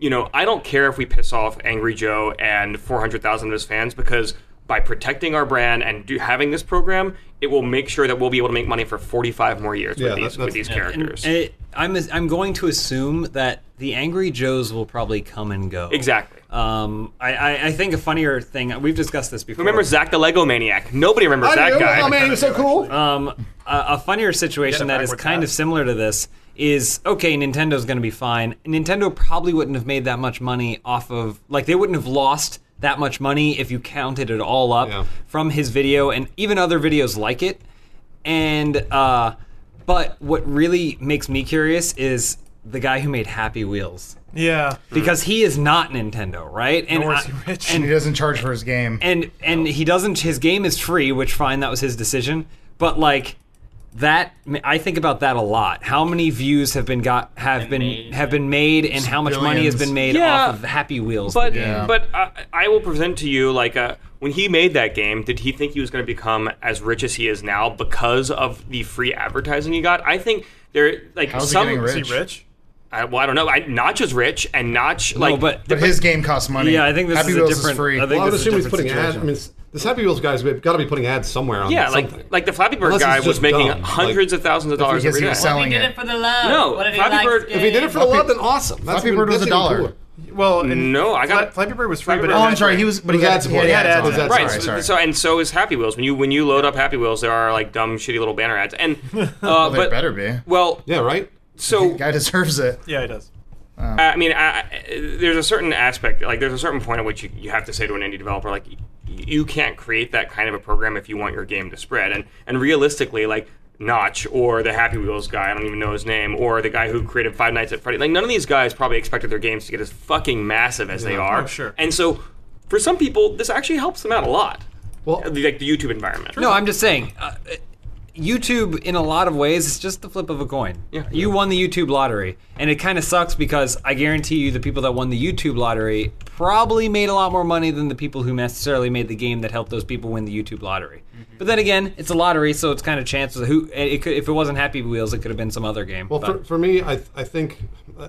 Speaker 4: you know, I don't care if we piss off Angry Joe and 400,000 of his fans because by protecting our brand and do, having this program, it will make sure that we'll be able to make money for 45 more years
Speaker 1: Yeah,
Speaker 4: with these,
Speaker 1: that's-
Speaker 4: with these characters.
Speaker 2: And it, I'm I'm going to assume that the Angry Joes will probably come and go.
Speaker 4: exactly.
Speaker 2: Um, I, I, I think a funnier thing we've discussed this before.
Speaker 4: Remember Zach the Lego Maniac? Nobody remembers
Speaker 1: I
Speaker 4: that
Speaker 1: do.
Speaker 4: guy.
Speaker 1: Oh man, he was so cool.
Speaker 2: Um, a, a funnier situation
Speaker 3: Yeah, the
Speaker 2: that is
Speaker 3: backwards
Speaker 2: kind of
Speaker 3: hat.
Speaker 2: similar to this is okay. Nintendo's going to be fine. Nintendo probably wouldn't have made that much money off of like they wouldn't have lost that much money if you counted it all up
Speaker 1: Yeah.
Speaker 2: from his video and even other videos like it. And uh, but what really makes me curious is the guy who made Happy Wheels
Speaker 3: Yeah.
Speaker 2: because he is not Nintendo, right? And
Speaker 3: Mm. Nor is he
Speaker 2: I-
Speaker 3: rich.
Speaker 5: He doesn't charge for his game.
Speaker 2: and and he doesn't his game is free which fine that was his decision but like that i think about that a lot how many views have been got have been
Speaker 6: made.
Speaker 2: have been made and how much money has been made
Speaker 4: Yeah.
Speaker 2: off of happy wheels
Speaker 4: But
Speaker 5: Yeah.
Speaker 4: but I, I will present to you like uh, when he made that game, did he think he was going to become as rich as he is now because of the free advertising he got? I think there like
Speaker 5: How's he
Speaker 4: some
Speaker 5: getting
Speaker 3: Is he rich?
Speaker 4: I, well, I don't know. I, Notch is rich, and Notch like
Speaker 2: but-
Speaker 5: but his game costs money.
Speaker 2: Yeah, I think this
Speaker 5: Happy
Speaker 2: is a
Speaker 5: Wheels
Speaker 2: different-
Speaker 5: Is free.
Speaker 2: I think
Speaker 1: Well, I would
Speaker 2: this is a
Speaker 1: assume he's
Speaker 2: different
Speaker 1: putting ads. I
Speaker 2: situation.
Speaker 1: mean, it's- this Happy Wheels guy's got to be putting ads somewhere on
Speaker 4: yeah,
Speaker 1: something.
Speaker 4: like like the Flappy Bird
Speaker 1: Unless he's
Speaker 4: guy was
Speaker 1: just
Speaker 4: making
Speaker 1: dumb, like-
Speaker 4: hundreds of thousands of dollars
Speaker 5: because
Speaker 4: every
Speaker 5: he
Speaker 4: day.
Speaker 5: was
Speaker 6: What if he
Speaker 5: selling
Speaker 6: did
Speaker 5: it.
Speaker 6: it for the love?
Speaker 4: No,
Speaker 6: What if he
Speaker 4: Flappy
Speaker 6: likes
Speaker 4: Bird- if
Speaker 1: if he did it for the
Speaker 5: Flappy-
Speaker 1: love, then awesome. That's
Speaker 5: Flappy
Speaker 1: even,
Speaker 5: Bird was
Speaker 1: that's
Speaker 5: a
Speaker 1: even
Speaker 5: dollar.
Speaker 1: cooler.
Speaker 3: Well, and
Speaker 4: No, I got-
Speaker 3: Fla- Flappy Bird was free,
Speaker 4: Flappy
Speaker 3: but
Speaker 4: Bird-
Speaker 5: Oh,
Speaker 3: it
Speaker 5: I'm
Speaker 3: had-
Speaker 5: sorry. He was, but he
Speaker 1: Who's
Speaker 5: had,
Speaker 1: ad
Speaker 5: he had
Speaker 1: supported?
Speaker 5: ads
Speaker 3: Right,
Speaker 5: on
Speaker 3: so-
Speaker 5: it.
Speaker 4: Right.
Speaker 5: Sorry,
Speaker 4: so,
Speaker 5: sorry.
Speaker 4: so- and so is Happy Wheels. When you when you load up Happy Wheels, there are like dumb, shitty little banner ads. And uh,
Speaker 5: Well, there
Speaker 4: but
Speaker 5: better be.
Speaker 4: well,
Speaker 1: Yeah, right.
Speaker 4: so
Speaker 5: Guy deserves it.
Speaker 3: Yeah, he does.
Speaker 4: I mean, I, I- there's a certain aspect, like there's a certain point at which you, you have to say to an indie developer, like, y- you can't create that kind of a program if you want your game to spread. And and realistically, like Notch or the Happy Wheels guy, I don't even know his name, or the guy who created Five Nights at Freddy, like none of these guys probably expected their games to get as fucking massive as they are.
Speaker 3: oh, sure.
Speaker 4: And so, for some people, this actually helps them out a lot.
Speaker 1: Well-
Speaker 4: The- like the YouTube environment.
Speaker 2: no i'm just saying uh, uh, youtube in a lot of ways is just the flip of a coin
Speaker 4: Yeah.
Speaker 2: you won the youtube lottery and it kind of sucks because i guarantee you the people that won the youtube lottery probably made a lot more money than the people who necessarily made the game that helped those people win the youtube lottery but then again it's a lottery so it's kind of chances who it could, if it wasn't happy wheels it could have been some other game
Speaker 1: Well,
Speaker 2: but-
Speaker 1: for, for me, I, I think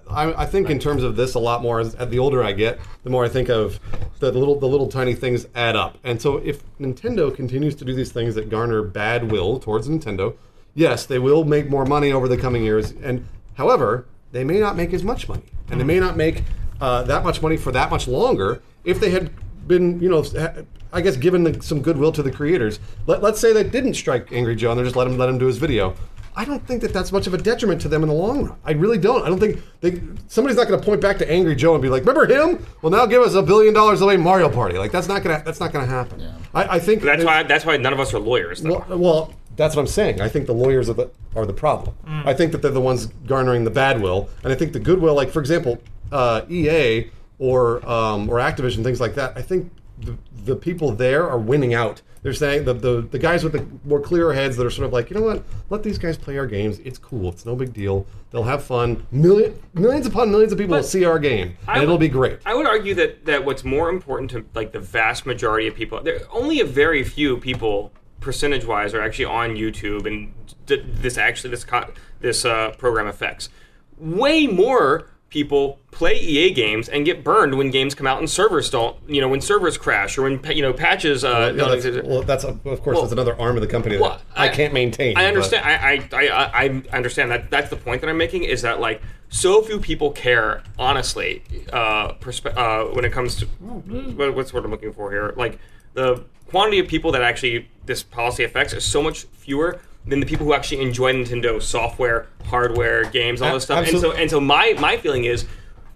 Speaker 1: I, I think in terms of this a lot more. As, the older I get, the more I think of the little the little tiny things add up. And so if Nintendo continues to do these things that garner bad will towards Nintendo, yes, they will make more money over the coming years. And however, they may not make as much money, and they may not make uh, that much money for that much longer if they had been you know. ha- I guess given the, some goodwill to the creators. Let, let's say they didn't strike Angry Joe and they just let him let him do his video. I don't think that that's much of a detriment to them in the long run. I really don't. I don't think they, somebody's not going to point back to Angry Joe and be like, "Remember him? Well, now give us a billion dollars away Mario Party." Like that's not gonna that's not gonna happen. I, I think
Speaker 4: That's why that's why none of us are lawyers. Though.
Speaker 1: Well, well, that's what I'm saying. I think the lawyers are the are the problem.
Speaker 4: Mm.
Speaker 1: I think that they're the ones garnering the bad will, and I think the goodwill, like for example, uh, EA or um, or Activision, things like that. I think the, the people there are winning out. They're saying the, the the guys with the more clearer heads that are sort of like, you know what? Let these guys play our games. It's cool. It's no big deal. They'll have fun. Million, millions upon millions of people will see our game, and
Speaker 4: I
Speaker 1: it'll
Speaker 4: would-
Speaker 1: be great.
Speaker 4: I would argue that that what's more important to like the vast majority of people, there only a very few people percentage wise are actually on YouTube and d- this actually this co- this uh, program affects. Way more people play EA games and get burned when games come out and servers don't, you know, when servers crash or when pa- you know patches uh
Speaker 1: Yeah,
Speaker 4: don't
Speaker 1: that's,
Speaker 4: exist.
Speaker 1: well, that's of course
Speaker 4: Well-
Speaker 1: that's another arm of the company that
Speaker 4: Well,
Speaker 1: I,
Speaker 4: I-
Speaker 1: can't maintain.
Speaker 4: I
Speaker 1: but-
Speaker 4: understand. I, I, I, I- I understand that. That's the point that I'm making is that like so few people care honestly uh, perspe- uh, when it comes to what, what's the word I'm looking for here. Like the quantity of people that actually this policy affects is so much fewer than the people who actually enjoy Nintendo software, hardware, games, all this stuff. And so
Speaker 1: absolutely.
Speaker 4: and so my my feeling is.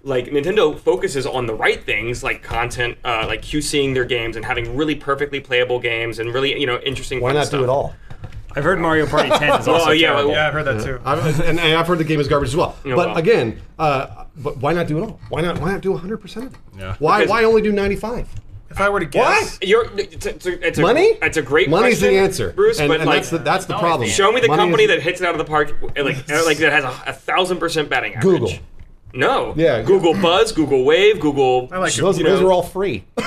Speaker 4: Like Nintendo focuses on the right things, like content, uh, like QCing their games and having really perfectly playable games and really, you know, interesting.
Speaker 1: Why
Speaker 4: fun
Speaker 1: not
Speaker 4: stuff.
Speaker 1: do it all?
Speaker 2: i've heard mario party 10 is also
Speaker 4: Well, yeah,
Speaker 2: terrible.
Speaker 3: Yeah, I've heard that too.
Speaker 1: I've, and, and I've heard the game is garbage as well. but
Speaker 4: well.
Speaker 1: again, uh, but why not do it all? Why not? Why not do 100 percent of it?
Speaker 2: Yeah.
Speaker 1: Why?
Speaker 4: Because-
Speaker 1: why only do 95?
Speaker 3: If I were to guess,
Speaker 4: You're, it's, a- it's a- it's a-
Speaker 1: Money?
Speaker 4: That's a great
Speaker 1: Money's
Speaker 4: question,
Speaker 1: the answer,
Speaker 4: Bruce.
Speaker 1: And,
Speaker 4: but
Speaker 1: and
Speaker 4: like,
Speaker 1: that's the, that's the
Speaker 6: It's always
Speaker 1: problem.
Speaker 6: the answer.
Speaker 4: show me the
Speaker 1: Money
Speaker 4: company
Speaker 1: is-
Speaker 4: that hits it out of the park, like like that has a, a thousand percent batting average.
Speaker 1: Google.
Speaker 4: No.
Speaker 1: Yeah.
Speaker 4: Google Buzz, Google Wave, Google.
Speaker 3: I like
Speaker 1: Those,
Speaker 3: you
Speaker 1: those
Speaker 3: know,
Speaker 1: are all free.
Speaker 4: But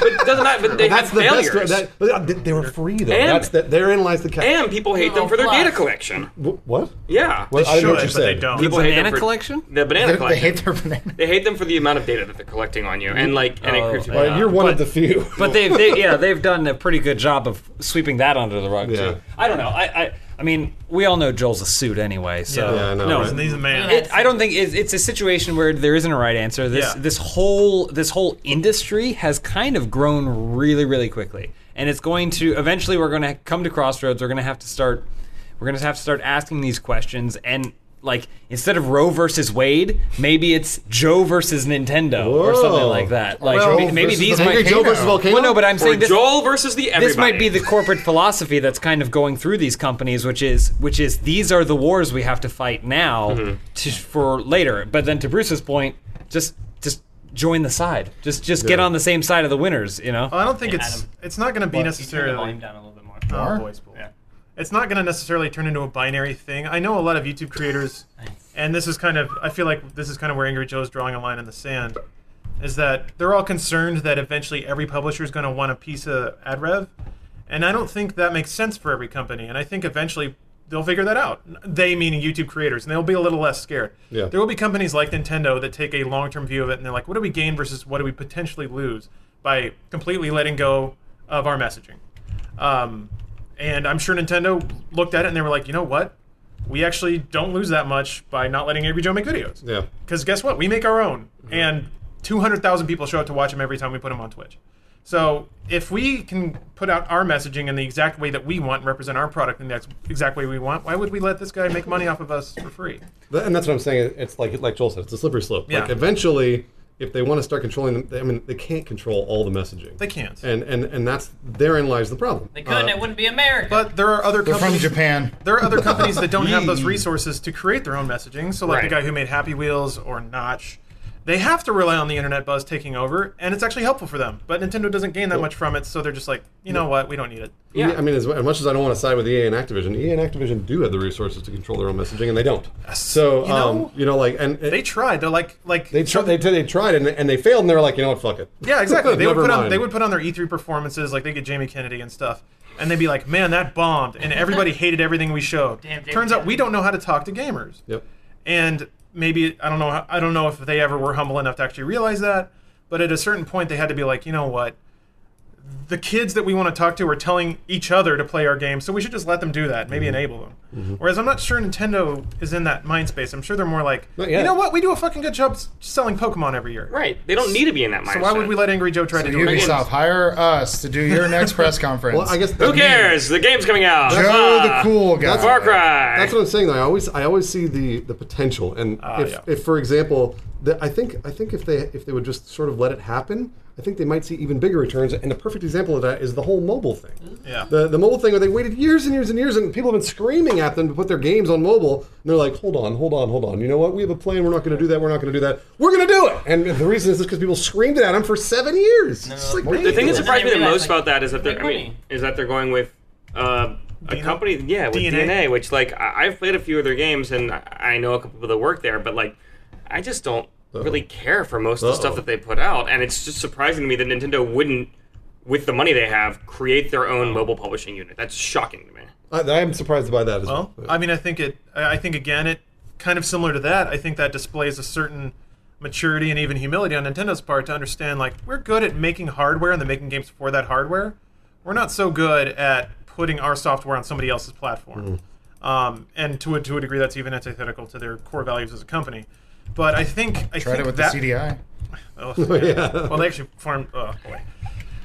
Speaker 4: it doesn't matter. But they
Speaker 1: That's
Speaker 4: had
Speaker 1: the
Speaker 4: failures.
Speaker 1: best. That, they- they were free though.
Speaker 4: And-
Speaker 1: That's the, therein lies the catch.
Speaker 4: and people hate them for their
Speaker 6: Little
Speaker 4: data
Speaker 6: plus.
Speaker 4: collection.
Speaker 1: Wh- what?
Speaker 4: Yeah.
Speaker 1: Well, I
Speaker 3: should,
Speaker 1: didn't know what you
Speaker 3: but
Speaker 1: said.
Speaker 3: they don't.
Speaker 4: People hate
Speaker 2: banana
Speaker 4: them for
Speaker 2: collection?
Speaker 4: The banana
Speaker 5: They, they
Speaker 4: collection.
Speaker 5: hate their banana.
Speaker 4: They hate them for the amount of data that they're collecting on you, and like, and
Speaker 2: Oh,
Speaker 4: it creeps you
Speaker 2: yeah.
Speaker 1: Well,
Speaker 4: out.
Speaker 1: you're one of the few.
Speaker 2: But they've they, yeah they've done a pretty good job of sweeping that under the rug
Speaker 1: Yeah.
Speaker 2: too. I don't know. I, I I mean we all know Joel's a suit anyway. So
Speaker 1: Yeah, I know,
Speaker 2: no,
Speaker 1: right?
Speaker 3: And he's a man.
Speaker 2: it, I don't think it's, it's a situation where there isn't a right answer. This
Speaker 3: Yeah.
Speaker 2: this whole this whole industry has kind of grown really really quickly, and it's going to eventually we're going to come to crossroads. We're going to have to start we're going to have to start asking these questions and. Like instead of Roe versus Wade, maybe it's Joe versus Nintendo or something
Speaker 1: Whoa.
Speaker 2: like that. Like
Speaker 1: Joel
Speaker 2: may- maybe
Speaker 1: versus
Speaker 2: these
Speaker 1: the
Speaker 2: might
Speaker 1: Angry Joe versus Volcano?
Speaker 2: Well, no, but I'm
Speaker 4: Or
Speaker 2: saying this,
Speaker 4: Joel versus the everybody.
Speaker 2: this might be the corporate philosophy that's kind of going through these companies, which is which is these are the wars we have to fight now to, for later. But then to Bruce's point, just just join the side. Just just get
Speaker 1: Yeah.
Speaker 2: on the same side of the winners. You know.
Speaker 3: I don't think it's
Speaker 6: Adam.
Speaker 3: it's not going to be
Speaker 6: Well, You turn the
Speaker 3: necessarily.
Speaker 6: volume down a little bit more.
Speaker 3: Oh,
Speaker 5: Or-
Speaker 3: boys, boys.
Speaker 6: Yeah.
Speaker 3: It's not going to necessarily turn into a binary thing. I know a lot of YouTube creators, and this is kind of I feel like this is kind of where Angry Joe's drawing a line in the sand, is that they're all concerned that eventually every publisher is going to want a piece of ad rev, and I don't think that makes sense for every company. And I think eventually they'll figure that out. They meaning YouTube creators, and they'll be a little less scared.
Speaker 1: Yeah.
Speaker 3: There will be companies like Nintendo that take a long-term view of it, and they're like, what do we gain versus what do we potentially lose by completely letting go of our messaging? Um, and I'm sure Nintendo looked at it and they were like, you know what? We actually don't lose that much by not letting Angry Joe make videos.
Speaker 1: yeah.
Speaker 3: Because guess what? We make our own. And 200,000 people show up to watch them every time we put them on Twitch. So if we can put out our messaging in the exact way that we want and represent our product in the ex- exact way we want, why would we let this guy make money off of us for free?
Speaker 1: Th- And that's what I'm saying. It's like like Joel said, it's a slippery slope. Like
Speaker 3: Yeah.
Speaker 1: eventually, if they want to start controlling them, I mean, they can't control all the messaging.
Speaker 3: They can't.
Speaker 1: And and and that's therein lies the problem.
Speaker 6: They couldn't. it wouldn't be America.
Speaker 3: But there are other
Speaker 5: They're from
Speaker 3: companies.
Speaker 5: Japan.
Speaker 3: There are other companies that don't have those resources to create their own messaging. So, like the
Speaker 4: Right.
Speaker 3: guy who made Happy Wheels or Notch, they have to rely on the internet buzz taking over, and it's actually helpful for them. But Nintendo doesn't gain that much from it, so they're just like, you know what, we don't need it.
Speaker 1: yeah. I mean, as, as much as I don't want to side with EA and Activision, EA and Activision do have the resources to control their own messaging, and they don't. So
Speaker 3: You know-
Speaker 1: um, you know, like and.
Speaker 3: They tried. They're like, like
Speaker 1: they, tr- they, they tried and, and they failed and they were like you know what fuck it
Speaker 3: Yeah, exactly. They would
Speaker 1: Never
Speaker 3: put on
Speaker 1: mind.
Speaker 3: they would put on their E3 performances, like they get Jamie Kennedy and stuff, and they'd be like, "Man, that bombed," and everybody hated everything we showed.
Speaker 6: Damn Jamie
Speaker 3: Turns out we
Speaker 6: Kennedy.
Speaker 3: don't know how to talk to gamers.
Speaker 1: yep
Speaker 3: And maybe I don't know. I don't know if they ever were humble enough to actually realize that. But at a certain point, they had to be like, you know what? The kids that we want to talk to are telling each other to play our game, so we should just let them do that.
Speaker 1: Mm-hmm.
Speaker 3: Maybe enable them. Whereas I'm not sure Nintendo is in that mind space. I'm sure they're more like,
Speaker 1: Not
Speaker 3: you
Speaker 1: yet.
Speaker 3: know what? We do a fucking good job s- selling Pokemon every year.
Speaker 4: right. They don't need to be in that mindset.
Speaker 3: So why would we let Angry Joe try to do it?
Speaker 5: Ubisoft, hire us to do your next press conference.
Speaker 1: well I guess
Speaker 4: Who cares? The game's coming out.
Speaker 5: Joe the
Speaker 4: Ah,
Speaker 5: cool guy.
Speaker 4: Far Cry.
Speaker 1: That's what I'm saying. Though. I always I always see the the potential, and if,
Speaker 3: Ah, yeah.
Speaker 1: if for example, the, I think I think if they if they would just sort of let it happen, I think they might see even bigger returns. And a perfect example of that is the whole mobile thing.
Speaker 3: Yeah.
Speaker 1: The the mobile thing where they waited years and years and years, and people have been screaming at them to put their games on mobile, and they're like, hold on, hold on, hold on. You know what? We have a plan. We're not going to do that. We're not going to do that. We're going to do it. And the reason is because people screamed it at them for seven years. It's like,
Speaker 4: The thing that
Speaker 1: ridiculous.
Speaker 6: And then
Speaker 4: surprised
Speaker 6: I
Speaker 4: me the
Speaker 6: realized,
Speaker 4: most
Speaker 6: like,
Speaker 4: about that is that they're.
Speaker 6: make
Speaker 4: I mean,
Speaker 6: money.
Speaker 4: is that they're going with uh, a
Speaker 3: DNA?
Speaker 4: company. Yeah, with
Speaker 3: DNA?
Speaker 4: DNA. which like I, I've played a few of their games and I, I know a couple people that work there, but like I just don't really care for most of the
Speaker 1: Uh-oh.
Speaker 4: stuff that they put out, and it's just surprising to me that Nintendo wouldn't, with the money they have, create their
Speaker 6: Oh.
Speaker 4: own mobile publishing unit. That's shocking to me.
Speaker 1: I, I'm surprised by that as well.
Speaker 3: Well, I mean, I think it. I I think again, it kind of similar to that. I think that displays a certain maturity and even humility on Nintendo's part to understand like we're good at making hardware and then making games for that hardware. We're not so good at putting our software on somebody else's platform.
Speaker 5: Mm.
Speaker 3: Um, and to a, to a degree, that's even antithetical to their core values as a company. But I think I
Speaker 5: Tried
Speaker 3: think
Speaker 5: it with
Speaker 3: that,
Speaker 5: the CDI.
Speaker 3: Oh, yeah. Well, they actually farmed. Oh boy.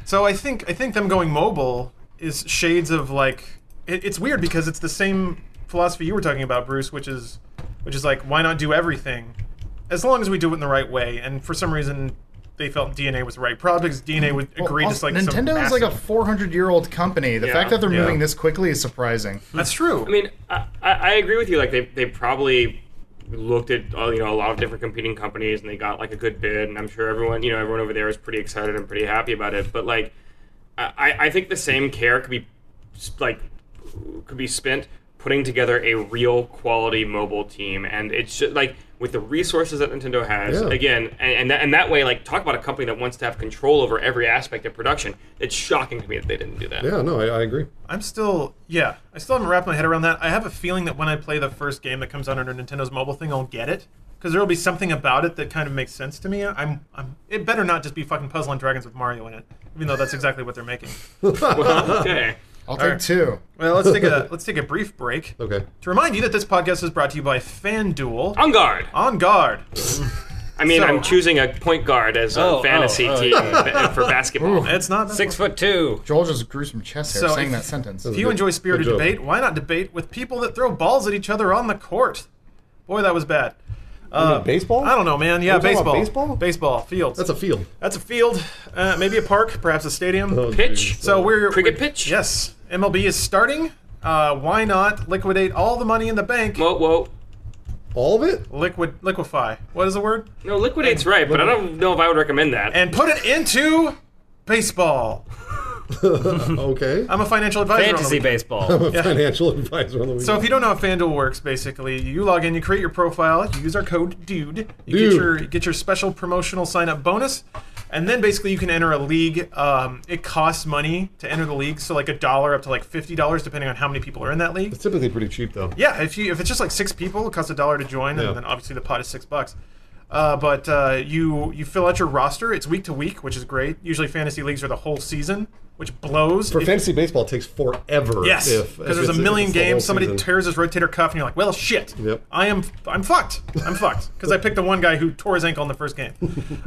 Speaker 3: So I think I think them going mobile is shades of like it, it's weird because it's the same philosophy you were talking about, Bruce, which is which is like why not do everything as long as we do it in the right way. And for some reason, they felt DNA was the right product. because DNA would agree
Speaker 5: Mm. Well,
Speaker 3: just like some
Speaker 5: Nintendo is like a
Speaker 3: massive-
Speaker 5: 400 year old company. The
Speaker 4: Yeah.
Speaker 5: fact that they're
Speaker 3: Yeah.
Speaker 5: moving this quickly is surprising.
Speaker 3: That's true.
Speaker 4: I mean, I, I I agree with you. Like they, they probably looked at uh, you know a lot of different competing companies and they got like a good bid, and I'm sure everyone you know everyone over there is pretty excited and pretty happy about it. But like, I, I- I think the same care could be s- like could be spent putting together a real quality mobile team, and it's just, like with the resources that Nintendo has
Speaker 1: Yeah.
Speaker 4: again, and and that, and that way, like talk about a company that wants to have control over every aspect of production. It's shocking to me that they didn't do that.
Speaker 1: Yeah, no, I, I agree.
Speaker 3: I'm still, yeah, I still haven't wrapped my head around that. I have a feeling that when I play the first game that comes out under Nintendo's mobile thing, I'll get it because there will be something about it that kind of makes sense to me. I'm, I'm, it better not just be fucking Puzzle and Dragons with Mario in it, even though that's exactly what they're making.
Speaker 4: Well, okay.
Speaker 5: I'll take two.
Speaker 3: Well, let's take a let's take a brief break
Speaker 1: Okay.
Speaker 3: to remind you that this podcast is brought to you by FanDuel.
Speaker 4: On guard.
Speaker 3: On guard.
Speaker 4: I mean,
Speaker 3: So-
Speaker 4: I'm choosing a point guard as a
Speaker 2: Oh, oh,
Speaker 4: fantasy
Speaker 2: oh,
Speaker 4: team ba- for basketball.
Speaker 3: It's not
Speaker 2: Six foot two.
Speaker 5: Joel just grew some chest hair
Speaker 3: So
Speaker 5: saying
Speaker 3: if-
Speaker 5: that sentence.
Speaker 3: If you enjoy spirited
Speaker 1: Good job.
Speaker 3: debate, why not debate with people that throw balls at each other on the court? Boy, that was bad. Uh,
Speaker 1: baseball?
Speaker 3: I don't know, man. Yeah,
Speaker 1: Are we talking
Speaker 3: baseball.
Speaker 1: about baseball?
Speaker 3: Baseball fields.
Speaker 1: That's a field.
Speaker 3: That's a field, uh, maybe a park, perhaps a stadium.
Speaker 1: Oh,
Speaker 4: Pitch.
Speaker 1: geez.
Speaker 3: so we're
Speaker 4: Cricket
Speaker 3: we're-
Speaker 4: pitch?
Speaker 3: Yes, MLB is starting. Uh, why not liquidate all the money in the bank?
Speaker 4: Whoa, whoa.
Speaker 1: all of it?
Speaker 3: Liquid, liquefy. What is the word?
Speaker 4: No, liquidate's right, but I don't know if I would recommend that.
Speaker 3: And put it into baseball.
Speaker 1: Okay.
Speaker 3: I'm a financial advisor. on the
Speaker 2: Fantasy
Speaker 3: weekend.
Speaker 2: baseball.
Speaker 1: a financial advisor on the weekend.
Speaker 3: So if you don't know how FanDuel works, basically, you log in, you create your profile, you use our code DUDE, you
Speaker 1: Dude.
Speaker 3: get your you get your special promotional sign up bonus, and then basically you can enter a league. Um, it costs money to enter the league, so like a dollar up to like fifty dollars, depending on how many people are in that league.
Speaker 1: it's typically pretty cheap though.
Speaker 3: Yeah, if you if it's just like six people, it costs a dollar to join,
Speaker 1: Yeah.
Speaker 3: and then obviously the pot is six bucks. Uh, but uh, you you fill out your roster. It's week to week, which is great. Usually fantasy leagues are the whole season, which blows.
Speaker 1: For
Speaker 3: If-
Speaker 1: fantasy baseball, it takes forever.
Speaker 3: Yes,
Speaker 1: if- if
Speaker 3: because there's
Speaker 1: it's-
Speaker 3: a
Speaker 1: if
Speaker 3: million
Speaker 1: it's the whole
Speaker 3: games. Somebody
Speaker 1: season.
Speaker 3: tears his rotator cuff, and you're like, "Well, shit,
Speaker 1: Yep.
Speaker 3: I am, I'm fucked. I'm fucked." Because I picked the one guy who tore his ankle in the first game.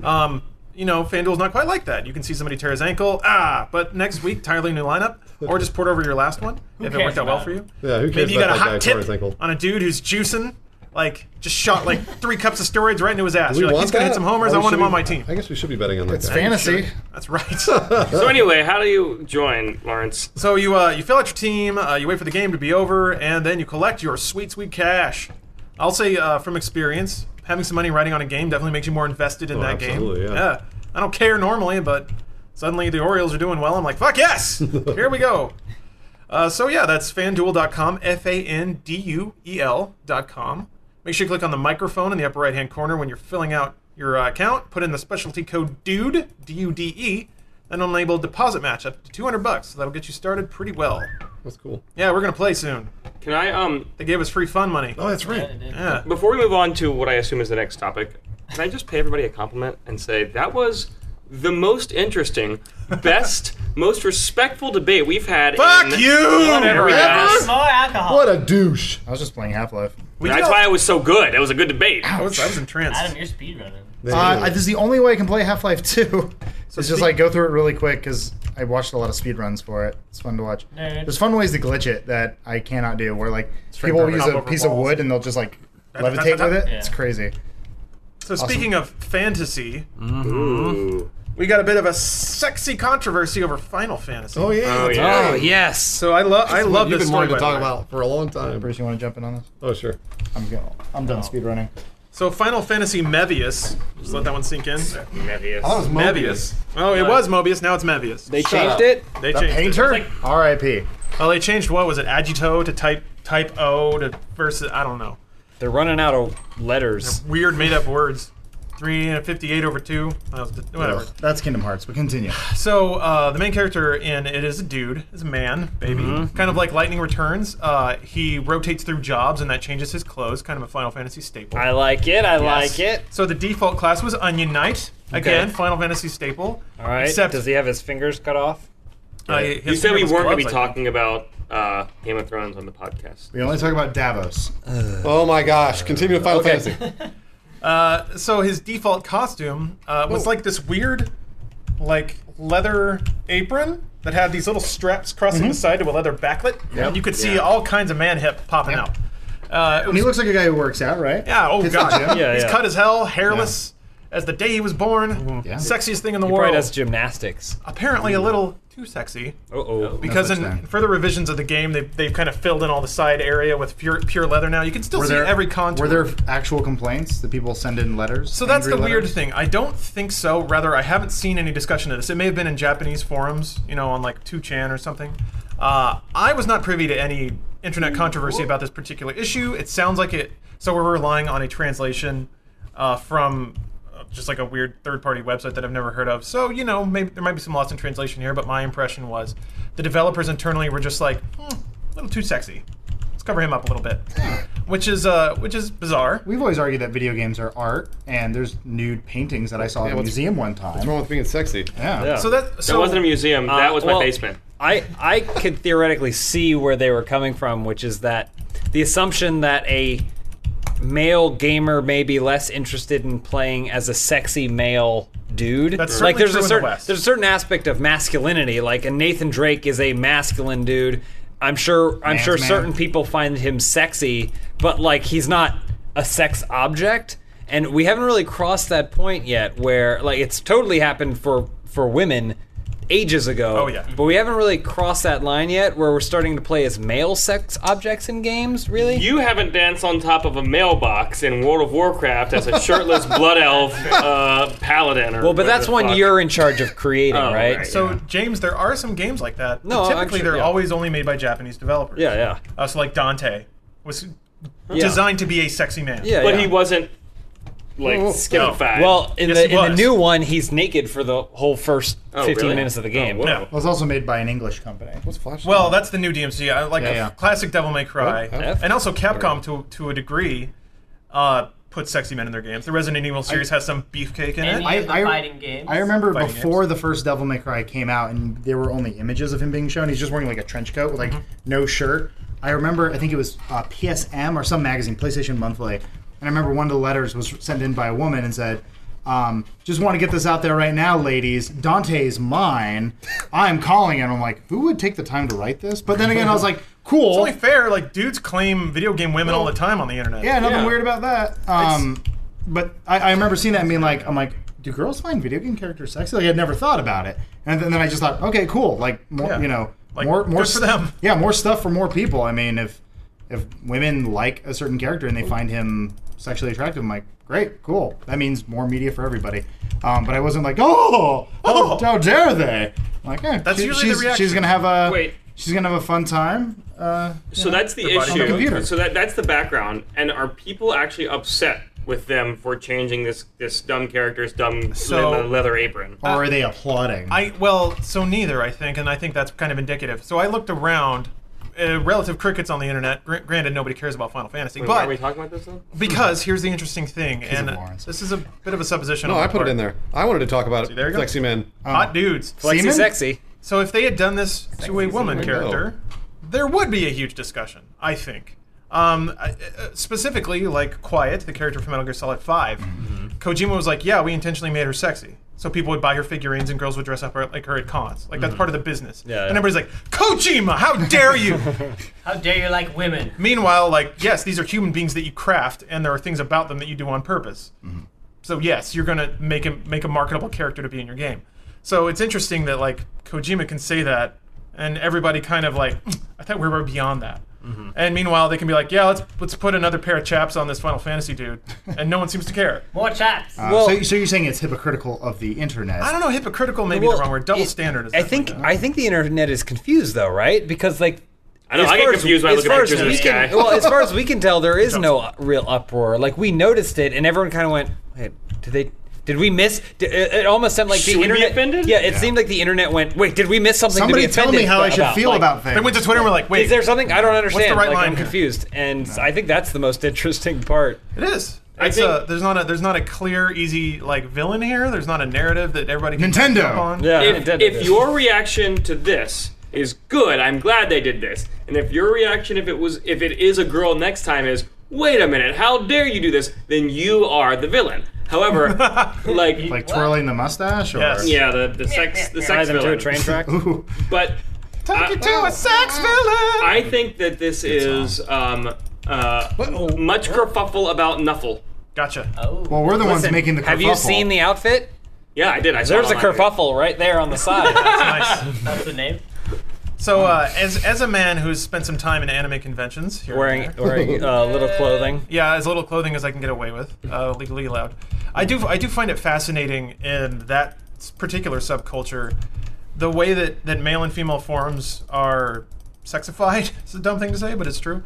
Speaker 3: Um, you know, FanDuel's not quite like that. You can see somebody tear his ankle, ah, but next week, entirely new lineup, or just port over your last one if it
Speaker 6: cares
Speaker 3: worked out well
Speaker 6: about
Speaker 3: for
Speaker 6: it?
Speaker 3: you.
Speaker 1: Yeah, who cares
Speaker 3: Maybe you
Speaker 1: about
Speaker 3: got a
Speaker 1: that guy
Speaker 3: hot
Speaker 1: who tore his
Speaker 3: tip
Speaker 1: ankle?
Speaker 3: on a dude who's juicing, like just shot like three cups of steroids right into his ass.
Speaker 1: Do we
Speaker 3: You're like,
Speaker 1: want
Speaker 3: he's gonna hit
Speaker 1: that?
Speaker 3: some homers.
Speaker 1: Or
Speaker 3: I
Speaker 1: we
Speaker 3: want
Speaker 1: should
Speaker 3: him on
Speaker 1: be-
Speaker 3: my team.
Speaker 1: I guess we should be betting on that.
Speaker 5: It's
Speaker 1: guy.
Speaker 5: fantasy.
Speaker 3: That's right.
Speaker 4: so anyway, how do you join, Lawrence?
Speaker 3: So you uh, you fill out your team, uh, you wait for the game to be over, and then you collect your sweet sweet cash. I'll say uh, from experience, having some money riding on a game definitely makes you more invested in that
Speaker 1: Oh, absolutely,
Speaker 3: game.
Speaker 1: yeah.
Speaker 3: I don't care normally, but suddenly the Orioles are doing well. I'm like, fuck yes, here we go. Uh, so yeah, that's fanduel.com, F A N D U E L.com. Make sure you click on the microphone in the upper right hand corner when you're filling out your uh, account. Put in the specialty code DUDE, D U D E, and enable deposit match up to 200 bucks. So that'll get you started pretty well.
Speaker 1: That's cool.
Speaker 3: Yeah, we're gonna play soon.
Speaker 4: Can I um
Speaker 3: They gave us free fun money.
Speaker 1: Oh, that's right.
Speaker 3: Yeah.
Speaker 4: before we move on to what I assume is the next topic, can I just pay everybody a compliment and say that was the most interesting, best, most respectful debate we've had
Speaker 3: Fuck
Speaker 4: in
Speaker 3: you!
Speaker 4: whatever
Speaker 3: Ever?
Speaker 4: past.
Speaker 6: More alcohol.
Speaker 1: What a douche.
Speaker 5: I was just playing Half Life.
Speaker 3: We
Speaker 4: That's
Speaker 3: did-
Speaker 4: why it was so good. It was a good debate.
Speaker 3: I was, I was entranced.
Speaker 6: Adam, you're speedrunning.
Speaker 5: Uh, I- this is the only way I can play Half Life 2. it's just like go through it really quick because I watched a lot of speedruns for it. It's fun to watch.
Speaker 6: Nerd.
Speaker 5: There's fun ways to glitch it that I cannot do where like people will
Speaker 3: perfect.
Speaker 5: use a
Speaker 3: Hop over
Speaker 5: piece of
Speaker 3: walls.
Speaker 5: wood and they'll just like
Speaker 3: da, da,
Speaker 5: levitate
Speaker 3: da.
Speaker 5: with it.
Speaker 6: Yeah.
Speaker 5: It's crazy.
Speaker 3: So speaking of fantasy,
Speaker 4: Ooh.
Speaker 3: we got a bit of a sexy controversy over Final Fantasy.
Speaker 1: Oh yeah.
Speaker 5: Uh,
Speaker 4: Oh
Speaker 1: that's
Speaker 4: yeah.
Speaker 2: Oh yes.
Speaker 3: So I love I love
Speaker 1: You've
Speaker 3: this
Speaker 1: been
Speaker 3: story.
Speaker 1: wanting to
Speaker 3: by the
Speaker 1: talk
Speaker 3: way.
Speaker 1: about for a long time.
Speaker 5: Bruce, you want to jump in on this?
Speaker 1: Oh sure.
Speaker 5: I'm going. I'm done speedrunning.
Speaker 3: So Final Fantasy Mevius. Just let that one sink in.
Speaker 4: Mevius.
Speaker 1: was
Speaker 3: Mevius. Oh, it was Mobius. Now it's Mevius.
Speaker 2: they changed
Speaker 1: up.
Speaker 2: it.
Speaker 3: They changed. it.
Speaker 5: Painter. R.I.P.
Speaker 3: Well, they changed what was it? Agito to type type O to versus I don't know.
Speaker 2: They're running out of letters.
Speaker 3: Weird made up words. Three and fifty-eight over two. That was the- whatever.
Speaker 5: That's Kingdom Hearts. We continue.
Speaker 3: So uh, the main character in it is a dude, is a man, baby,
Speaker 2: Mm-hmm.
Speaker 3: kind of like Lightning Returns. Uh, he rotates through jobs, and that changes his clothes. Kind of a Final Fantasy staple.
Speaker 2: I like it. I like it.
Speaker 3: so the default class was Onion Knight. Again, Final Fantasy staple.
Speaker 2: All right.
Speaker 3: Except
Speaker 2: Does he have his fingers cut off?
Speaker 3: uh,
Speaker 4: you said we weren't going to be talking about uh, Game of Thrones on the podcast.
Speaker 5: We only talk about Davos.
Speaker 1: Oh my gosh. Continue to Final Fantasy.
Speaker 3: Uh, so his default costume uh, was like this weird, like leather apron that had these little straps crossing
Speaker 5: Mm-hmm.
Speaker 3: the side to a leather backlit, and you could see
Speaker 4: Yeah.
Speaker 3: all kinds of man hip popping out. Uh, it
Speaker 5: He
Speaker 3: was-
Speaker 5: looks like a guy who works out, right?
Speaker 3: yeah, oh
Speaker 5: It's
Speaker 3: god,
Speaker 5: not him.
Speaker 2: Yeah,
Speaker 3: he's
Speaker 2: yeah.
Speaker 3: cut as hell, hairless as the day he was born.
Speaker 5: Yeah.
Speaker 3: Sexiest thing in the
Speaker 2: Probably
Speaker 3: world.
Speaker 2: does gymnastics.
Speaker 3: Apparently, a little too sexy.
Speaker 2: Uh oh.
Speaker 3: Because
Speaker 5: such
Speaker 3: in
Speaker 5: thing.
Speaker 3: further revisions of the game, they've, they've kind of filled in all the side area with pure, pure leather now. You can still
Speaker 5: Were
Speaker 3: see
Speaker 5: there
Speaker 3: every contour.
Speaker 5: Were there actual complaints that people send in letters?
Speaker 3: So that's the weird thing. I don't think so. Rather, I haven't seen any discussion of this. It may have been in Japanese forums, you know, on like 2chan or something. Uh, I was not privy to any internet controversy about this particular issue. It sounds like it, so we're relying on a translation uh, from uh, just like a weird third-party website that I've never heard of. So you know, maybe there might be some loss in translation here, but my impression was the developers internally were just like, hmm, a little too sexy. Let's cover him up a little bit, which is uh, which is bizarre.
Speaker 5: We've always argued that video games are art, and there's nude paintings that I saw at a
Speaker 1: what's-
Speaker 5: museum one
Speaker 1: What's
Speaker 5: time.
Speaker 1: wrong with being sexy?
Speaker 5: yeah.
Speaker 2: Yeah.
Speaker 3: So that so
Speaker 4: that wasn't a museum. Um, that
Speaker 2: Uh,
Speaker 4: was my
Speaker 2: well,
Speaker 4: basement.
Speaker 2: I I could theoretically see where they were coming from, which is that the assumption that a male gamer may be less interested in playing as a sexy male dude.
Speaker 3: That's
Speaker 2: like
Speaker 3: certainly
Speaker 2: there's a
Speaker 3: true in the
Speaker 2: certain
Speaker 3: West.
Speaker 2: there's a certain aspect of masculinity. Like and Nathan Drake is a masculine dude. I'm sure I'm
Speaker 5: Man's
Speaker 2: sure
Speaker 5: man.
Speaker 2: certain people find him sexy, but like he's not a sex object. And we haven't really crossed that point yet where like it's totally happened for for women ages ago.
Speaker 3: Oh, yeah.
Speaker 2: But we haven't really crossed that line yet where we're starting to play as male sex objects in games, really?
Speaker 4: You haven't danced on top of a mailbox in World of Warcraft as a shirtless blood elf uh, paladin. Or
Speaker 2: well, but that's one
Speaker 4: fuck.
Speaker 2: you're in charge of creating,
Speaker 4: Oh,
Speaker 2: right?
Speaker 4: right.
Speaker 3: So James, there are some games like that.
Speaker 2: No,
Speaker 3: No,
Speaker 2: I'm
Speaker 3: typically
Speaker 2: sure-
Speaker 3: they're
Speaker 2: yeah.
Speaker 3: always only made by Japanese developers.
Speaker 2: Yeah, yeah.
Speaker 3: Uh, so like Dante was
Speaker 2: Yeah.
Speaker 3: designed to be a sexy man.
Speaker 2: Yeah,
Speaker 4: But
Speaker 2: yeah.
Speaker 4: he wasn't like
Speaker 1: Oh,
Speaker 4: skin fat.
Speaker 2: Well, in
Speaker 3: Yes,
Speaker 2: the
Speaker 3: he
Speaker 2: in the
Speaker 3: was.
Speaker 2: new one, he's naked for the whole first
Speaker 4: Oh,
Speaker 2: 15
Speaker 4: really?
Speaker 2: minutes of the game.
Speaker 4: Oh, whoa.
Speaker 3: No.
Speaker 5: It was also made by an English company.
Speaker 1: What's flashlight?
Speaker 3: Well, that's the new DMC. I like
Speaker 5: Yeah,
Speaker 3: a
Speaker 5: yeah.
Speaker 3: classic Devil May Cry,
Speaker 1: What?
Speaker 2: F?
Speaker 3: and also Capcom to to a degree uh, put sexy men in their games. The Resident Evil series has some beefcake in
Speaker 6: Any
Speaker 3: it.
Speaker 5: I-
Speaker 6: of the
Speaker 5: I-
Speaker 6: fighting games.
Speaker 5: I remember
Speaker 3: Fighting
Speaker 5: before the first Devil May Cry came out, and there were only images of him being shown. He's just wearing like a trench coat with like no shirt. I remember, I think it was uh, PSM or some magazine, PlayStation Monthly, and I remember one of the letters was sent in by a woman and said, um, "Just want to get this out there right now, ladies. Dante's mine. I'm calling it." I'm like, who would take the time to write this? But then again, I was like,
Speaker 3: It's
Speaker 5: cool.
Speaker 3: only fair. Like dudes claim video game women all the time on the internet.
Speaker 5: Yeah, nothing
Speaker 4: Yeah.
Speaker 5: weird about that. Um, but I, I remember seeing that and being like, I'm like, do girls find video game characters sexy? Like I'd never thought about it, and then, then I just thought, okay, cool. Like more,
Speaker 3: Yeah.
Speaker 5: you know,
Speaker 3: Like,
Speaker 5: more, more
Speaker 3: good for
Speaker 5: st-
Speaker 3: them.
Speaker 5: Yeah, more stuff for more people. I mean, if if women like a certain character and they find him sexually attractive, I'm like, great, cool. That means more media for everybody. Um, but I wasn't like, oh, how,
Speaker 3: Oh.
Speaker 5: how dare they? I'm like, eh,
Speaker 3: That's usually the
Speaker 5: she's, She's
Speaker 3: reaction.
Speaker 5: gonna have a
Speaker 4: Wait.
Speaker 5: She's gonna have a fun time. Uh,
Speaker 4: so that's the
Speaker 3: their body-
Speaker 4: issue.
Speaker 3: on the
Speaker 5: computer.
Speaker 4: So that that's the background. And are people actually upset with them for changing this this dumb character's dumb
Speaker 3: So-
Speaker 4: le- leather apron?
Speaker 5: or are they applauding?
Speaker 3: I well, so neither I think, and I think that's kind of indicative. So I looked around, uh, relative crickets on the internet. Gr- granted, nobody cares about Final Fantasy,
Speaker 4: Wait,
Speaker 3: but
Speaker 4: why are we talking about this though?
Speaker 3: Because here's the interesting thing, and
Speaker 5: of Lawrence.
Speaker 3: this is a bit of a supposition.
Speaker 1: no,
Speaker 3: on
Speaker 1: Oh, I
Speaker 3: my
Speaker 1: put it
Speaker 3: part.
Speaker 1: in there. I wanted to talk about
Speaker 3: there you go.
Speaker 1: sexy men.
Speaker 3: Hot dudes.
Speaker 2: Flexy
Speaker 5: Semen?
Speaker 2: sexy.
Speaker 3: So if they had done this to a woman
Speaker 1: Sexy.
Speaker 3: character, there would be a huge discussion. I think. Um, I- uh, specifically, like Quiet, the character from Metal Gear Solid 5 Kojima was like, "Yeah, we intentionally made her sexy, so people would buy her figurines and girls would dress up her- like her at cons. Like that's part of the business."
Speaker 2: Yeah, yeah.
Speaker 3: And everybody's like, "Kojima, how dare you!"
Speaker 6: How dare you like women?
Speaker 3: Meanwhile, like, yes, these are human beings that you craft, and there are things about them that you do on purpose.
Speaker 2: Mm-hmm.
Speaker 3: So yes, you're gonna make a make a marketable character to be in your game. So it's interesting that like Kojima can say that, and everybody kind of like, I thought we were beyond that.
Speaker 2: Mm-hmm.
Speaker 3: And meanwhile, they can be like, yeah, let's let's put another pair of chaps on this Final Fantasy dude, and no one seems to care.
Speaker 6: More chaps.
Speaker 5: Uh,
Speaker 2: Well-
Speaker 5: so, so you're saying it's hypocritical of the internet?
Speaker 3: I don't know, hypocritical may be
Speaker 2: Well,
Speaker 3: the wrong word. Double
Speaker 2: it-
Speaker 3: standard. Is
Speaker 2: I
Speaker 3: definitely
Speaker 2: think
Speaker 3: not.
Speaker 2: I think the internet is confused though, right? Because like
Speaker 4: I know,
Speaker 2: as
Speaker 4: I get
Speaker 2: far
Speaker 4: confused when
Speaker 2: as
Speaker 4: I look at
Speaker 2: far as
Speaker 4: pictures of
Speaker 2: we
Speaker 4: this
Speaker 2: can-
Speaker 4: guy.
Speaker 2: well, as far as we can tell, there is no real uproar. Like we noticed it, and everyone kind of went, "Wait, did they?" Did we miss? Did, it it almost seemed like
Speaker 4: Should
Speaker 2: the
Speaker 4: we be
Speaker 2: internet.
Speaker 4: offended?
Speaker 2: Yeah, it seemed like the internet went. Wait, did we miss something? to
Speaker 5: Somebody
Speaker 2: be
Speaker 5: tell me
Speaker 2: offended
Speaker 5: how I should
Speaker 2: about?
Speaker 5: feel
Speaker 2: Like,
Speaker 5: about things.
Speaker 3: They went to Twitter and were like, wait,
Speaker 2: Is there something I don't understand?
Speaker 3: right
Speaker 2: Like,
Speaker 3: line
Speaker 2: I'm
Speaker 3: here?
Speaker 2: confused, and I think that's the most interesting part.
Speaker 3: It is.
Speaker 4: I
Speaker 3: It's
Speaker 4: think-
Speaker 3: a, there's not a there's not a clear, easy like villain here. There's not a narrative that everybody can
Speaker 5: Nintendo.
Speaker 3: jump on.
Speaker 2: Yeah,
Speaker 4: if, if your reaction to this is good, I'm glad they did this. And if your reaction, if it was, if it is a girl next time, is wait a minute, how dare you do this? Then you are the villain. However, like,
Speaker 5: like twirling the mustache or
Speaker 3: Yes.
Speaker 4: yeah, the, the sex the
Speaker 2: tie
Speaker 4: sex
Speaker 2: them to a
Speaker 4: villain.
Speaker 2: train track.
Speaker 5: Ooh.
Speaker 4: But
Speaker 3: Take it to a sex villain.
Speaker 4: I think that this is um, uh, much kerfuffle about Nuffle.
Speaker 3: Gotcha.
Speaker 6: Oh,
Speaker 5: well we're the ones
Speaker 2: Listen,
Speaker 5: making the kerfuffle.
Speaker 2: Have you seen the outfit?
Speaker 4: Yeah, I did. I saw
Speaker 2: There's a
Speaker 4: it online.
Speaker 2: kerfuffle right there on the side.
Speaker 3: Nice.
Speaker 6: That's the name.
Speaker 3: So, uh, as as a man who's spent some time in anime conventions, here and
Speaker 2: wearing
Speaker 3: there-
Speaker 2: wearing uh, little clothing.
Speaker 3: yeah, as little clothing as I can get away with, uh, legally allowed, I do I do find it fascinating in that s- particular subculture, the way that that male and female forms are sexified. It's a dumb thing to say, but it's true.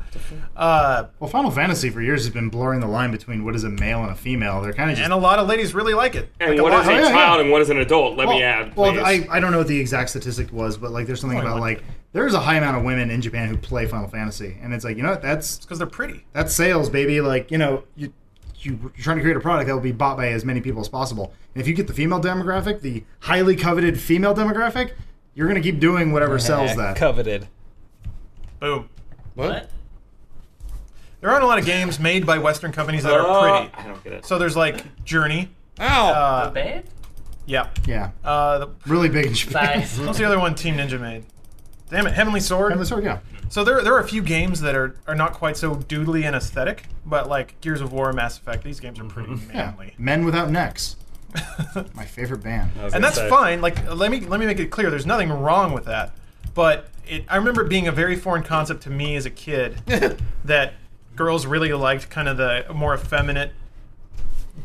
Speaker 3: Uh,
Speaker 5: Well, Final Fantasy for years has been blurring the line between what is a male and a female. They're kind of just
Speaker 3: and a lot of ladies really like it.
Speaker 4: And
Speaker 3: Like,
Speaker 4: what
Speaker 3: lot-
Speaker 4: is a
Speaker 5: yeah, yeah.
Speaker 4: child and what is an adult? Let me add.
Speaker 5: Well,
Speaker 4: please.
Speaker 5: I, I don't know what the exact statistic was, but like there's something about like there's a high amount of women in Japan who play Final Fantasy, and it's like you know what that's
Speaker 3: because they're pretty.
Speaker 5: that's sales, baby. Like you know you you're trying to create a product that will be bought by as many people as possible. And if you get the female demographic, the highly coveted female demographic, you're gonna keep doing whatever sells that.
Speaker 2: Coveted.
Speaker 3: Boom.
Speaker 1: What?
Speaker 3: There aren't a lot of games made by Western companies that
Speaker 4: Uh,
Speaker 3: are
Speaker 4: I
Speaker 3: pretty.
Speaker 4: don't get it.
Speaker 3: So there's like Journey.
Speaker 1: Ow!
Speaker 3: Uh,
Speaker 6: Babe?
Speaker 3: yeah.
Speaker 5: yeah,
Speaker 3: Uh, the,
Speaker 5: really big in Japan.
Speaker 6: Size.
Speaker 3: what's the other one Team Ninja made? Damn it, Heavenly Sword.
Speaker 5: Endless Sword, yeah.
Speaker 3: So there, there are a few games that are, are not quite so doodly and aesthetic, but like Gears of War, Mass Effect, these games are pretty
Speaker 5: Mm-hmm. yeah,
Speaker 3: manly.
Speaker 5: Men Without Necks, my favorite band.
Speaker 3: and that's fine. Like let me let me make it clear. There's nothing wrong with that. But it, I remember it being a very foreign concept to me as a kid that girls really liked kind of the more effeminate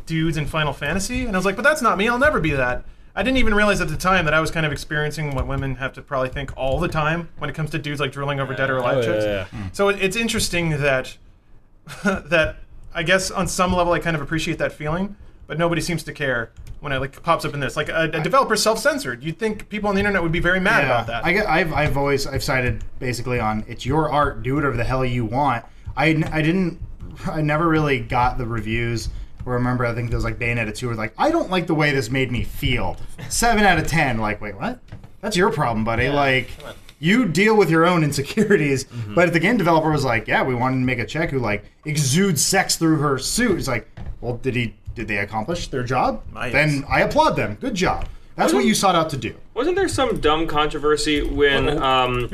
Speaker 3: dudes in Final Fantasy, and I was like, but that's not me. I'll never be that. I didn't even realize at the time that I was kind of experiencing what women have to probably think all the time when it comes to dudes like drooling over dead or alive
Speaker 2: Oh, yeah,
Speaker 3: chicks.
Speaker 2: yeah,
Speaker 3: So it, it's interesting that that I guess on some level I kind of appreciate that feeling, but nobody seems to care when it like pops up in this. Like a, a developer self-censored. You'd think people on the internet would be very mad about that.
Speaker 5: I get, I've, I've always I've sided basically on it's your art, do whatever the hell you want. I, n- I didn't I never really got the reviews. Or remember, I think there was like Bayonetta two, were like I don't like the way this made me feel. Seven out of ten. Like, wait, what? That's your problem, buddy. like, you deal with your own insecurities.
Speaker 3: Mm-hmm.
Speaker 5: But if the game developer was like, yeah, we wanted to make a check who like exudes sex through her suit, it's like, well, did he? Did they accomplish their job?
Speaker 3: Ah, yes.
Speaker 5: Then I applaud them. Good job. That's what you sought out to do.
Speaker 4: Wasn't there some dumb controversy when um,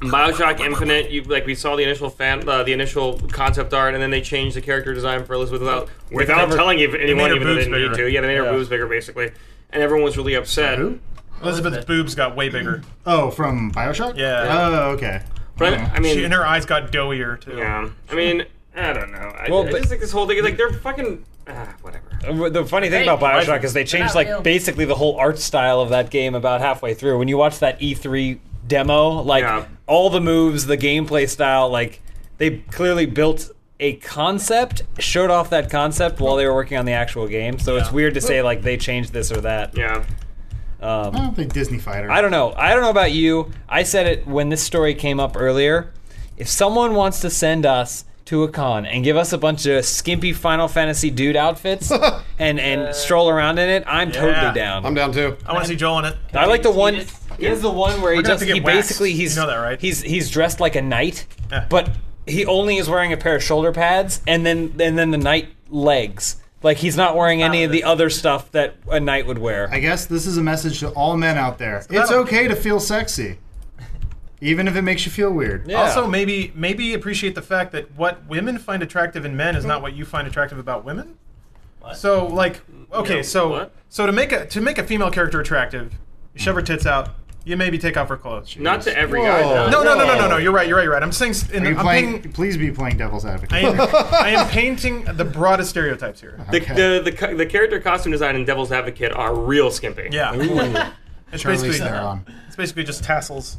Speaker 4: Bioshock Infinite? You like we saw the initial fan, uh, the initial concept art, and then they changed the character design for Elizabeth without without
Speaker 3: her-
Speaker 4: telling even anyone
Speaker 3: her
Speaker 4: even though they
Speaker 3: boobs
Speaker 4: didn't need
Speaker 3: bigger.
Speaker 4: to. Yeah, they made her boobs bigger basically, and everyone was really upset.
Speaker 5: Who?
Speaker 3: Elizabeth's boobs got way bigger,
Speaker 5: Oh, from Bioshock?
Speaker 3: Yeah.
Speaker 5: Oh, okay.
Speaker 4: But I, I mean,
Speaker 3: she, and her eyes got doughier too.
Speaker 4: yeah, I mean, I don't know. I,
Speaker 2: Well,
Speaker 4: I
Speaker 2: but-
Speaker 4: just think this whole thing is like they're fucking ah, whatever.
Speaker 2: Uh, The funny thing
Speaker 6: Hey,
Speaker 2: about
Speaker 6: why is
Speaker 2: Bioshock is they changed
Speaker 6: not
Speaker 2: like
Speaker 6: real.
Speaker 2: basically the whole art style of that game about halfway through. When you watch that E3 demo, like
Speaker 4: Yeah.
Speaker 2: all the moves, the gameplay style, like they clearly built a concept, showed off that concept while they were working on the actual game. So it's
Speaker 3: Yeah.
Speaker 2: weird to say like they changed this or that.
Speaker 4: Yeah,
Speaker 2: Um,
Speaker 5: I don't think Disney fighter.
Speaker 2: I don't know. I don't know about you. I said it when this story came up earlier. If someone wants to send us to a con and give us a bunch of skimpy Final Fantasy dude outfits and and stroll around in it, I'm
Speaker 3: Yeah.
Speaker 2: totally down.
Speaker 1: I'm down too.
Speaker 3: I want to see Joel in it.
Speaker 2: I like the one.
Speaker 6: Yes.
Speaker 2: He has the one where he
Speaker 3: gonna have
Speaker 2: just
Speaker 3: to get
Speaker 2: he
Speaker 3: waxed.
Speaker 2: basically
Speaker 3: You
Speaker 2: he's
Speaker 3: know that, right?
Speaker 2: he's he's dressed like a knight,
Speaker 3: Yeah.
Speaker 2: but he only is wearing a pair of shoulder pads and then and then the knight legs. Like he's not wearing any of the other stuff that a knight would wear.
Speaker 5: I guess this is a message to all men out there. it's
Speaker 3: that'll-
Speaker 5: okay to feel sexy, even if it makes you feel weird.
Speaker 2: Yeah.
Speaker 3: Also, maybe maybe appreciate the fact that what women find attractive in men is not what you find attractive about women. So, like, okay,
Speaker 4: Yeah,
Speaker 3: so
Speaker 4: what?
Speaker 3: so to make a to make a female character attractive, you shove her tits out. You maybe take off her clothes.
Speaker 4: not to every
Speaker 1: Whoa.
Speaker 4: guy. though.
Speaker 3: No, no, no, no, no, no.
Speaker 5: No.
Speaker 3: You're right. You're right. You're right. I'm saying. s- In
Speaker 5: Are
Speaker 3: the,
Speaker 5: you
Speaker 3: I'm
Speaker 5: playing?
Speaker 3: painting-
Speaker 5: Please be playing devil's advocate.
Speaker 3: I am, I am painting the broadest stereotypes here.
Speaker 4: The,
Speaker 5: Okay.
Speaker 4: the, the, co- the character costume design in Devil's Advocate are real skimpy.
Speaker 3: Yeah. it's
Speaker 5: Charlize
Speaker 3: basically
Speaker 5: Theron.
Speaker 3: it's basically just tassels,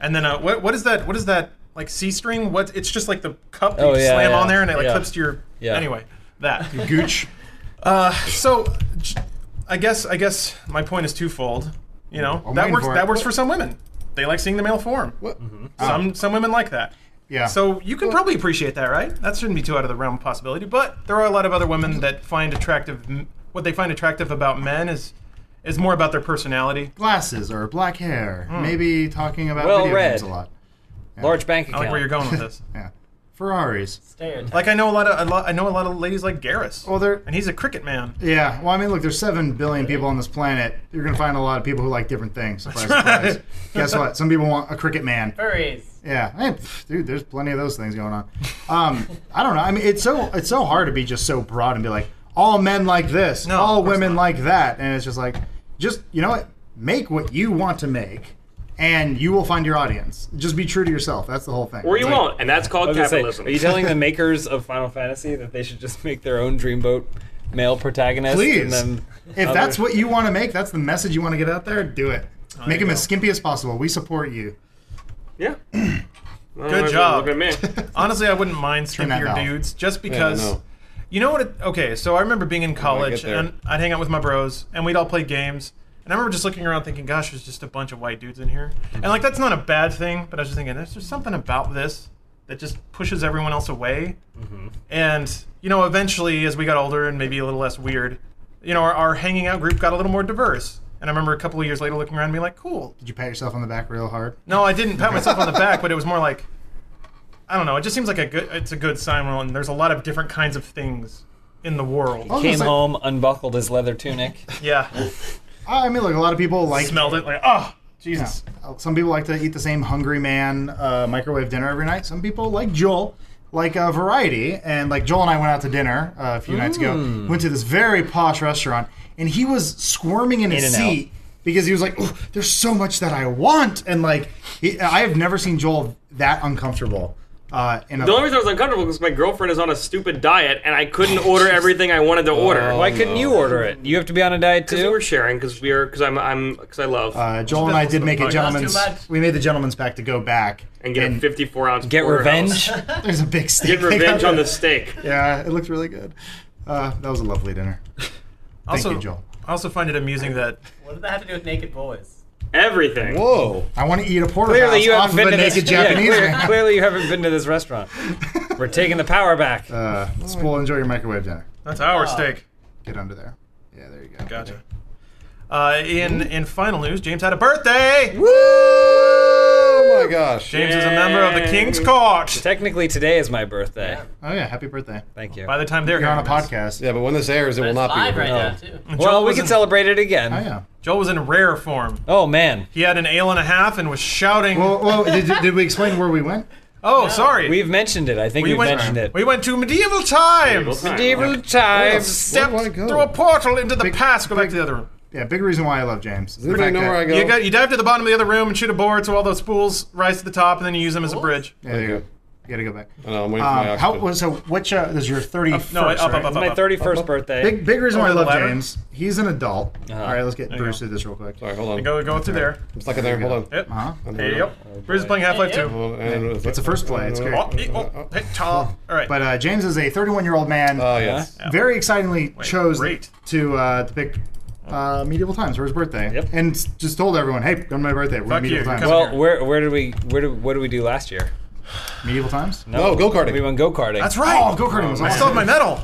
Speaker 3: and then uh, what what is that? What is that like C string? What? It's just like the cup that
Speaker 2: Oh,
Speaker 3: you
Speaker 2: yeah,
Speaker 3: slam
Speaker 2: yeah,
Speaker 3: on there and it like
Speaker 2: yeah.
Speaker 3: clips to your.
Speaker 2: Yeah.
Speaker 3: Anyway, that.
Speaker 5: Gooch.
Speaker 3: So, j- I guess I guess my point is twofold. You know
Speaker 5: I'm
Speaker 3: that
Speaker 5: waiting
Speaker 3: works.
Speaker 5: for it.
Speaker 3: That works for some women. They like seeing the male form.
Speaker 5: What? Mm-hmm. Ah.
Speaker 3: Some some women like that.
Speaker 5: Yeah.
Speaker 3: So you can probably appreciate that, right? That shouldn't be too out of the realm of possibility. But there are a lot of other women that find attractive what they find attractive about men is is more about their personality.
Speaker 5: glasses or black hair. Maybe talking about
Speaker 2: Well
Speaker 5: video
Speaker 2: read.
Speaker 5: games a lot.
Speaker 2: Large bank
Speaker 3: I
Speaker 2: account.
Speaker 3: like where you're going with this.
Speaker 5: Yeah. Ferraris.
Speaker 6: Stereotype.
Speaker 3: like I know a lot of a lot, I know a lot of ladies like Garrus.
Speaker 5: Well, they're
Speaker 3: and he's a cricket man.
Speaker 5: yeah. Well, I mean, look, there's seven billion people on this planet. You're gonna find a lot of people who like different things. Surprise, surprise.
Speaker 3: right.
Speaker 5: Guess what? Some people want a cricket man.
Speaker 6: Furries.
Speaker 5: Yeah, Hey, pff, dude, there's plenty of those things going on. Um, I don't know. I mean, it's so it's so hard to be just so broad and be like, all men like this,
Speaker 3: No,
Speaker 5: all
Speaker 3: of course
Speaker 5: women
Speaker 3: not.
Speaker 5: like that, and it's just like, just you know what, make what you want to make, and you will find your audience. Just be true to yourself. That's the whole thing.
Speaker 4: Or you
Speaker 5: It's like-
Speaker 4: won't, and that's called
Speaker 2: I was gonna
Speaker 4: capitalism.
Speaker 2: say, are you telling the makers of Final Fantasy that they should just make their own dreamboat male protagonist?
Speaker 5: Please.
Speaker 2: And then
Speaker 5: If
Speaker 2: other-
Speaker 5: that's what you want to make, that's the
Speaker 3: Oh,
Speaker 5: message you want to get out there. Do it. Make them as skimpy as possible. We support you.
Speaker 4: yeah.
Speaker 3: Good job.
Speaker 4: Look at me.
Speaker 3: Honestly, I wouldn't mind strippier
Speaker 5: out.
Speaker 3: dudes just because.
Speaker 1: know.
Speaker 3: You know what? It, okay, so I remember being in college
Speaker 1: there.
Speaker 3: and I'd hang out with my bros and we'd all play games. And I remember just looking around thinking, gosh, there's just a bunch of white dudes in here. And like, that's not a bad thing, but I was just thinking, there's just something about this that just pushes everyone else away. And, you know, eventually as we got older and maybe a little less weird, you know, our, our hanging out group got a little more diverse. And I remember a couple of years later looking around and being like, cool,
Speaker 5: Did you pat yourself on the back real hard?
Speaker 3: no, I didn't pat myself on the back, but it was more like I don't know. It just seems like a good. It's a good sign when there's a lot of different kinds of things in the world.
Speaker 5: was
Speaker 2: Came
Speaker 5: gonna say-
Speaker 2: home, unbuckled his leather tunic.
Speaker 3: Yeah,
Speaker 5: I mean, look, a lot of people like.
Speaker 3: smelled it like oh
Speaker 5: Yeah.
Speaker 3: Jesus.
Speaker 5: Uh, Some people like to eat the same Hungry Man uh, microwave dinner every night. Some people, like Joel, like uh, variety. And like Joel and I went out to dinner uh, a few nights ago. Went to this very posh restaurant, and he was squirming in his
Speaker 2: In and
Speaker 5: seat because he was like, "Ooh, "There's so much that I want," and like, he, I have never seen Joel that uncomfortable. Uh, in a,
Speaker 4: The only reason I was uncomfortable was because my girlfriend is on a stupid diet and I couldn't order everything I wanted to order.
Speaker 2: Why couldn't you order it? You have to be on a diet
Speaker 4: Because we
Speaker 2: too.
Speaker 4: were sharing, because we are, because I'm, I'm, because I love
Speaker 5: uh, Joel and I did make a
Speaker 3: That's too
Speaker 5: gentleman's.
Speaker 6: much.
Speaker 5: We made the gentleman's pack to go back
Speaker 4: and get a 54 ounce.
Speaker 2: Get
Speaker 4: porterhouse.
Speaker 2: revenge.
Speaker 5: There's a big steak.
Speaker 4: Get revenge on the steak.
Speaker 5: Yeah, it looked really good. Uh, that was a lovely dinner. Thank
Speaker 3: Also,
Speaker 5: you, Joel.
Speaker 3: I also find it amusing that
Speaker 6: What does that have to do with naked boys?
Speaker 4: Everything.
Speaker 1: Whoa.
Speaker 5: I want to eat a porterhouse
Speaker 2: Clearly, you
Speaker 5: off
Speaker 2: haven't
Speaker 5: of
Speaker 2: been to
Speaker 5: a naked
Speaker 2: this. yeah,
Speaker 5: Japanese
Speaker 2: clear-
Speaker 5: man.
Speaker 2: clearly, you haven't been to this restaurant. We're taking the power back.
Speaker 5: Uh, spool, enjoy your microwave dinner.
Speaker 3: that's
Speaker 5: Ah.
Speaker 3: our steak.
Speaker 5: Get under there. Yeah, there you go.
Speaker 3: Gotcha. Uh, in in final news, James had a birthday.
Speaker 1: Woo! Oh my gosh.
Speaker 3: James is a member of the King's Court.
Speaker 2: Technically, today is my birthday.
Speaker 5: Oh yeah, happy birthday.
Speaker 2: Thank you.
Speaker 3: By the time they're
Speaker 5: You're on a
Speaker 3: hearing this.
Speaker 5: podcast.
Speaker 1: Yeah, but when this airs, it will
Speaker 6: It's
Speaker 1: not
Speaker 6: live
Speaker 1: be.
Speaker 6: right
Speaker 1: recorded.
Speaker 6: now too.
Speaker 2: well, we
Speaker 3: wasn't-
Speaker 2: can celebrate it again.
Speaker 5: Oh yeah.
Speaker 3: Joel was in rare form.
Speaker 2: Oh man,
Speaker 3: He had an ale and a half and was shouting.
Speaker 5: Well, well did, did we explain where we went?
Speaker 3: oh, sorry.
Speaker 2: we've mentioned it. I think we have
Speaker 3: went,
Speaker 2: mentioned it.
Speaker 3: we went to medieval times.
Speaker 2: Medieval times.
Speaker 3: stepped
Speaker 1: Where do I go?
Speaker 3: through a portal into the
Speaker 5: Big-
Speaker 3: past. Go back to the other room.
Speaker 5: Yeah, big reason why I love James. is the
Speaker 1: Does anybody
Speaker 5: fact
Speaker 1: know
Speaker 5: that-
Speaker 1: where I go?
Speaker 3: You got you dive to the bottom of the other room and shoot a board so all those spools rise to the top, and then you use them as a bridge.
Speaker 5: Yeah, there you go. You gotta go back.
Speaker 1: I know, I'm waiting for my
Speaker 5: Um, how
Speaker 1: oxygen.
Speaker 5: was so? Which uh, this is your thirty first?
Speaker 3: No, up, up, up, up,
Speaker 2: My
Speaker 3: up.
Speaker 2: thirty-first birthday.
Speaker 5: Big big reason why I
Speaker 3: Over the
Speaker 5: love
Speaker 3: ladder?
Speaker 5: James. He's an adult. All right, let's get Bruce through this real quick.
Speaker 1: Sorry, hold on.
Speaker 3: Go go through there.
Speaker 1: I'm stuck in there. Hold on.
Speaker 3: Yep.
Speaker 5: Uh-huh.
Speaker 1: There we go.
Speaker 3: Yep. Bruce is playing Half Life
Speaker 6: Yeah.
Speaker 3: 2.
Speaker 1: Hold on. And uh,
Speaker 5: It's a first play. It's great.
Speaker 3: Oh, eh, oh, hey, tall. All right.
Speaker 5: But uh, James is a 31 year old man.
Speaker 1: Oh, yes.
Speaker 5: very excitingly chose
Speaker 3: Uh, great.
Speaker 5: to uh, to pick uh, medieval times for his birthday,
Speaker 2: Yep.
Speaker 5: and s- just told everyone, "Hey, go to my birthday. We're
Speaker 3: Fuck
Speaker 5: in medieval
Speaker 3: you,
Speaker 5: times.
Speaker 3: come
Speaker 2: well, where where did we where did what did we do last year?
Speaker 5: medieval times.
Speaker 1: No, go karting.
Speaker 2: We went go karting.
Speaker 3: That's right.
Speaker 5: Oh, go karting was
Speaker 3: I still have
Speaker 5: awesome.
Speaker 3: my medal.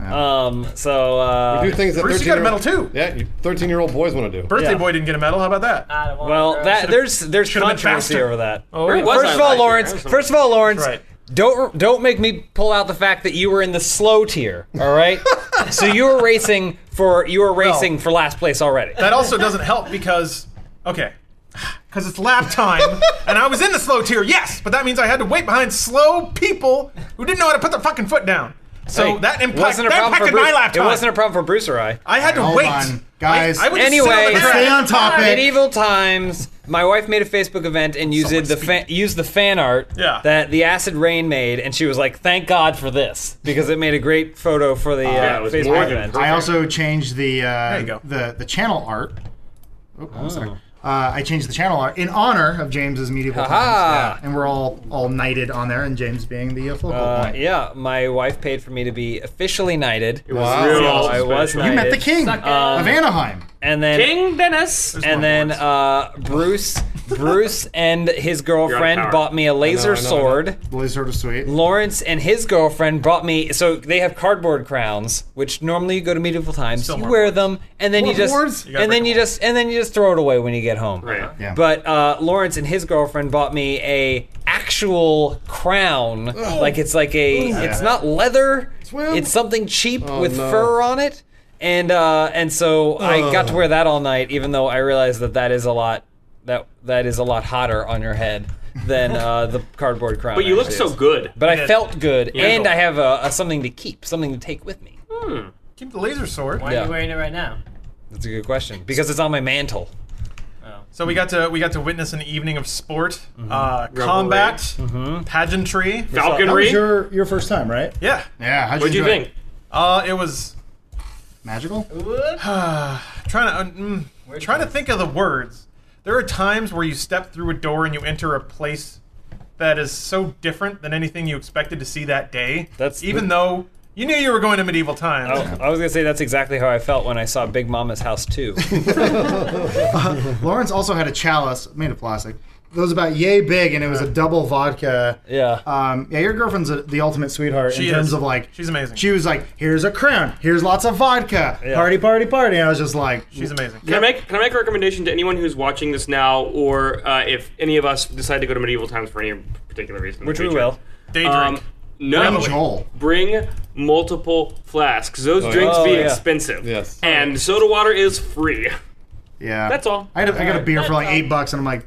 Speaker 2: Um. So uh,
Speaker 1: Do things that
Speaker 3: Bruce, you
Speaker 1: 13
Speaker 3: got a medal too.
Speaker 1: Yeah, you- 13 year old boys want to do.
Speaker 3: Birthday
Speaker 2: Yeah.
Speaker 3: boy didn't get a medal. How about that?
Speaker 6: I don't want
Speaker 2: well,
Speaker 6: to-
Speaker 2: that there's there's
Speaker 3: should've been
Speaker 2: controversy
Speaker 3: faster. Oh,
Speaker 2: over that.
Speaker 4: Where was
Speaker 2: First
Speaker 4: I
Speaker 2: of all,
Speaker 4: last year?
Speaker 2: Lawrence.
Speaker 4: I was-
Speaker 2: First of all, Lawrence.
Speaker 3: That's
Speaker 2: Don't don't make me pull out the fact that you were in the slow tier. All right. so you were racing for you were racing for last place already.
Speaker 3: That also doesn't help because, okay, because it's lap time, and I was in the slow tier, yes, but that means I had to wait behind slow people who didn't know how to put their fucking foot down. So
Speaker 2: Hey,
Speaker 3: that,
Speaker 2: it
Speaker 3: impact,
Speaker 2: wasn't a
Speaker 3: that
Speaker 2: problem for
Speaker 3: impacted
Speaker 2: Bruce.
Speaker 3: my lap time.
Speaker 2: It wasn't a problem for Bruce or I.
Speaker 3: I had to
Speaker 5: Hold
Speaker 3: wait,
Speaker 5: on, guys.
Speaker 3: I, I would just sit
Speaker 2: Anyway,
Speaker 3: on the track.
Speaker 5: Stay on topic.
Speaker 2: Medieval times. My wife made a Facebook event and used
Speaker 3: Someone
Speaker 2: the fa- used the fan art
Speaker 3: Yeah.
Speaker 2: that the acid rain made, and she was like, "Thank God for this," because it made a great photo for the uh,
Speaker 4: yeah, it was
Speaker 2: Facebook
Speaker 4: more than
Speaker 2: event.
Speaker 4: perfect.
Speaker 5: I also changed the uh,
Speaker 3: you go.
Speaker 5: the the channel art. Oh, I'm sorry. Uh, I changed the channel art in honor of James's medieval
Speaker 2: Ha-ha.
Speaker 5: times, yeah. and we're all all knighted on there, and James being the uh, focal
Speaker 2: Uh,
Speaker 5: point.
Speaker 2: yeah, my wife paid for me to be officially knighted.
Speaker 1: Wow.
Speaker 4: Real
Speaker 2: So I was
Speaker 4: special.
Speaker 5: You met the
Speaker 2: knighted,
Speaker 5: king of Anaheim.
Speaker 2: and then
Speaker 4: King Dennis.
Speaker 2: and then uh, Bruce Bruce and his
Speaker 4: power.
Speaker 2: girlfriend bought me a laser
Speaker 1: I know, I know.
Speaker 2: sword.
Speaker 5: Blizzard was sweet.
Speaker 2: Lawrence and his girlfriend brought me. So they have cardboard crowns, which normally you go to medieval times.
Speaker 3: Still
Speaker 2: you
Speaker 3: more
Speaker 2: wear them, and then you
Speaker 5: boards?
Speaker 2: just
Speaker 3: gotta
Speaker 2: and then
Speaker 3: break
Speaker 2: you
Speaker 3: them
Speaker 2: just and then you just throw it away when you get home.
Speaker 4: Right.
Speaker 5: Yeah.
Speaker 2: But uh, Lawrence and his girlfriend bought me a actual crown. Like it's like a. It's not leather.
Speaker 1: Swim. Oh,
Speaker 2: It's something cheap with
Speaker 1: no.
Speaker 2: fur on it. And uh, and so I got to wear that all night, even though I realized that that is a lot that that is a lot hotter on your head than uh, the cardboard crown.
Speaker 4: But you look so
Speaker 2: actually is.
Speaker 4: good.
Speaker 2: But I felt good,
Speaker 4: Yeah.
Speaker 2: and I have a, a something to keep, something to take with me.
Speaker 3: Keep the laser sword.
Speaker 6: Why are
Speaker 2: Yeah.
Speaker 6: you wearing it right now?
Speaker 2: That's a good question because it's on my mantle.
Speaker 3: So we got to we got to witness an evening of sport,
Speaker 2: Mm-hmm.
Speaker 3: uh, combat, pageantry.
Speaker 5: That
Speaker 4: Falconry.
Speaker 5: was your your first time, right?
Speaker 3: Yeah.
Speaker 5: Yeah. How'd
Speaker 4: What'd you
Speaker 5: enjoy it?
Speaker 4: think?
Speaker 3: Uh, it was
Speaker 5: Magical.
Speaker 3: trying to mm, trying to think of the words. There are times where you step through a door and you enter a place that is so different than anything you expected to see that day.
Speaker 2: That's
Speaker 3: even
Speaker 2: the- Oh.
Speaker 3: though you knew you were going to medieval times.
Speaker 2: I, I was gonna say that's exactly how I felt when I saw Big Mama's House too.
Speaker 5: Lawrence also had a chalice made of plastic. It was about yay big, and it was a double vodka.
Speaker 2: Yeah.
Speaker 5: Um, yeah, your girlfriend's a, the ultimate sweetheart
Speaker 3: She
Speaker 5: in terms
Speaker 3: is.
Speaker 5: of like.
Speaker 3: She's amazing.
Speaker 5: She was like, "Here's a crown. Here's lots of vodka. Party, party, party." And I was just like,
Speaker 3: She's amazing.
Speaker 2: Um,
Speaker 4: Can I make can I make a recommendation to anyone who's watching this now, or uh, if any of us decide to go to medieval times for any particular reason, in the
Speaker 2: Which we
Speaker 4: future?
Speaker 2: will.
Speaker 3: Day drink.
Speaker 4: Um, no,
Speaker 5: Bring Joel.
Speaker 4: bring multiple flasks. Those drinks
Speaker 2: yeah.
Speaker 4: be
Speaker 2: Oh, yeah.
Speaker 4: expensive.
Speaker 1: Yes.
Speaker 4: and soda water is free.
Speaker 5: "Yeah."
Speaker 4: That's all.
Speaker 5: I, had a, I got a beer for like
Speaker 6: That's all.
Speaker 5: eight bucks, and I'm like,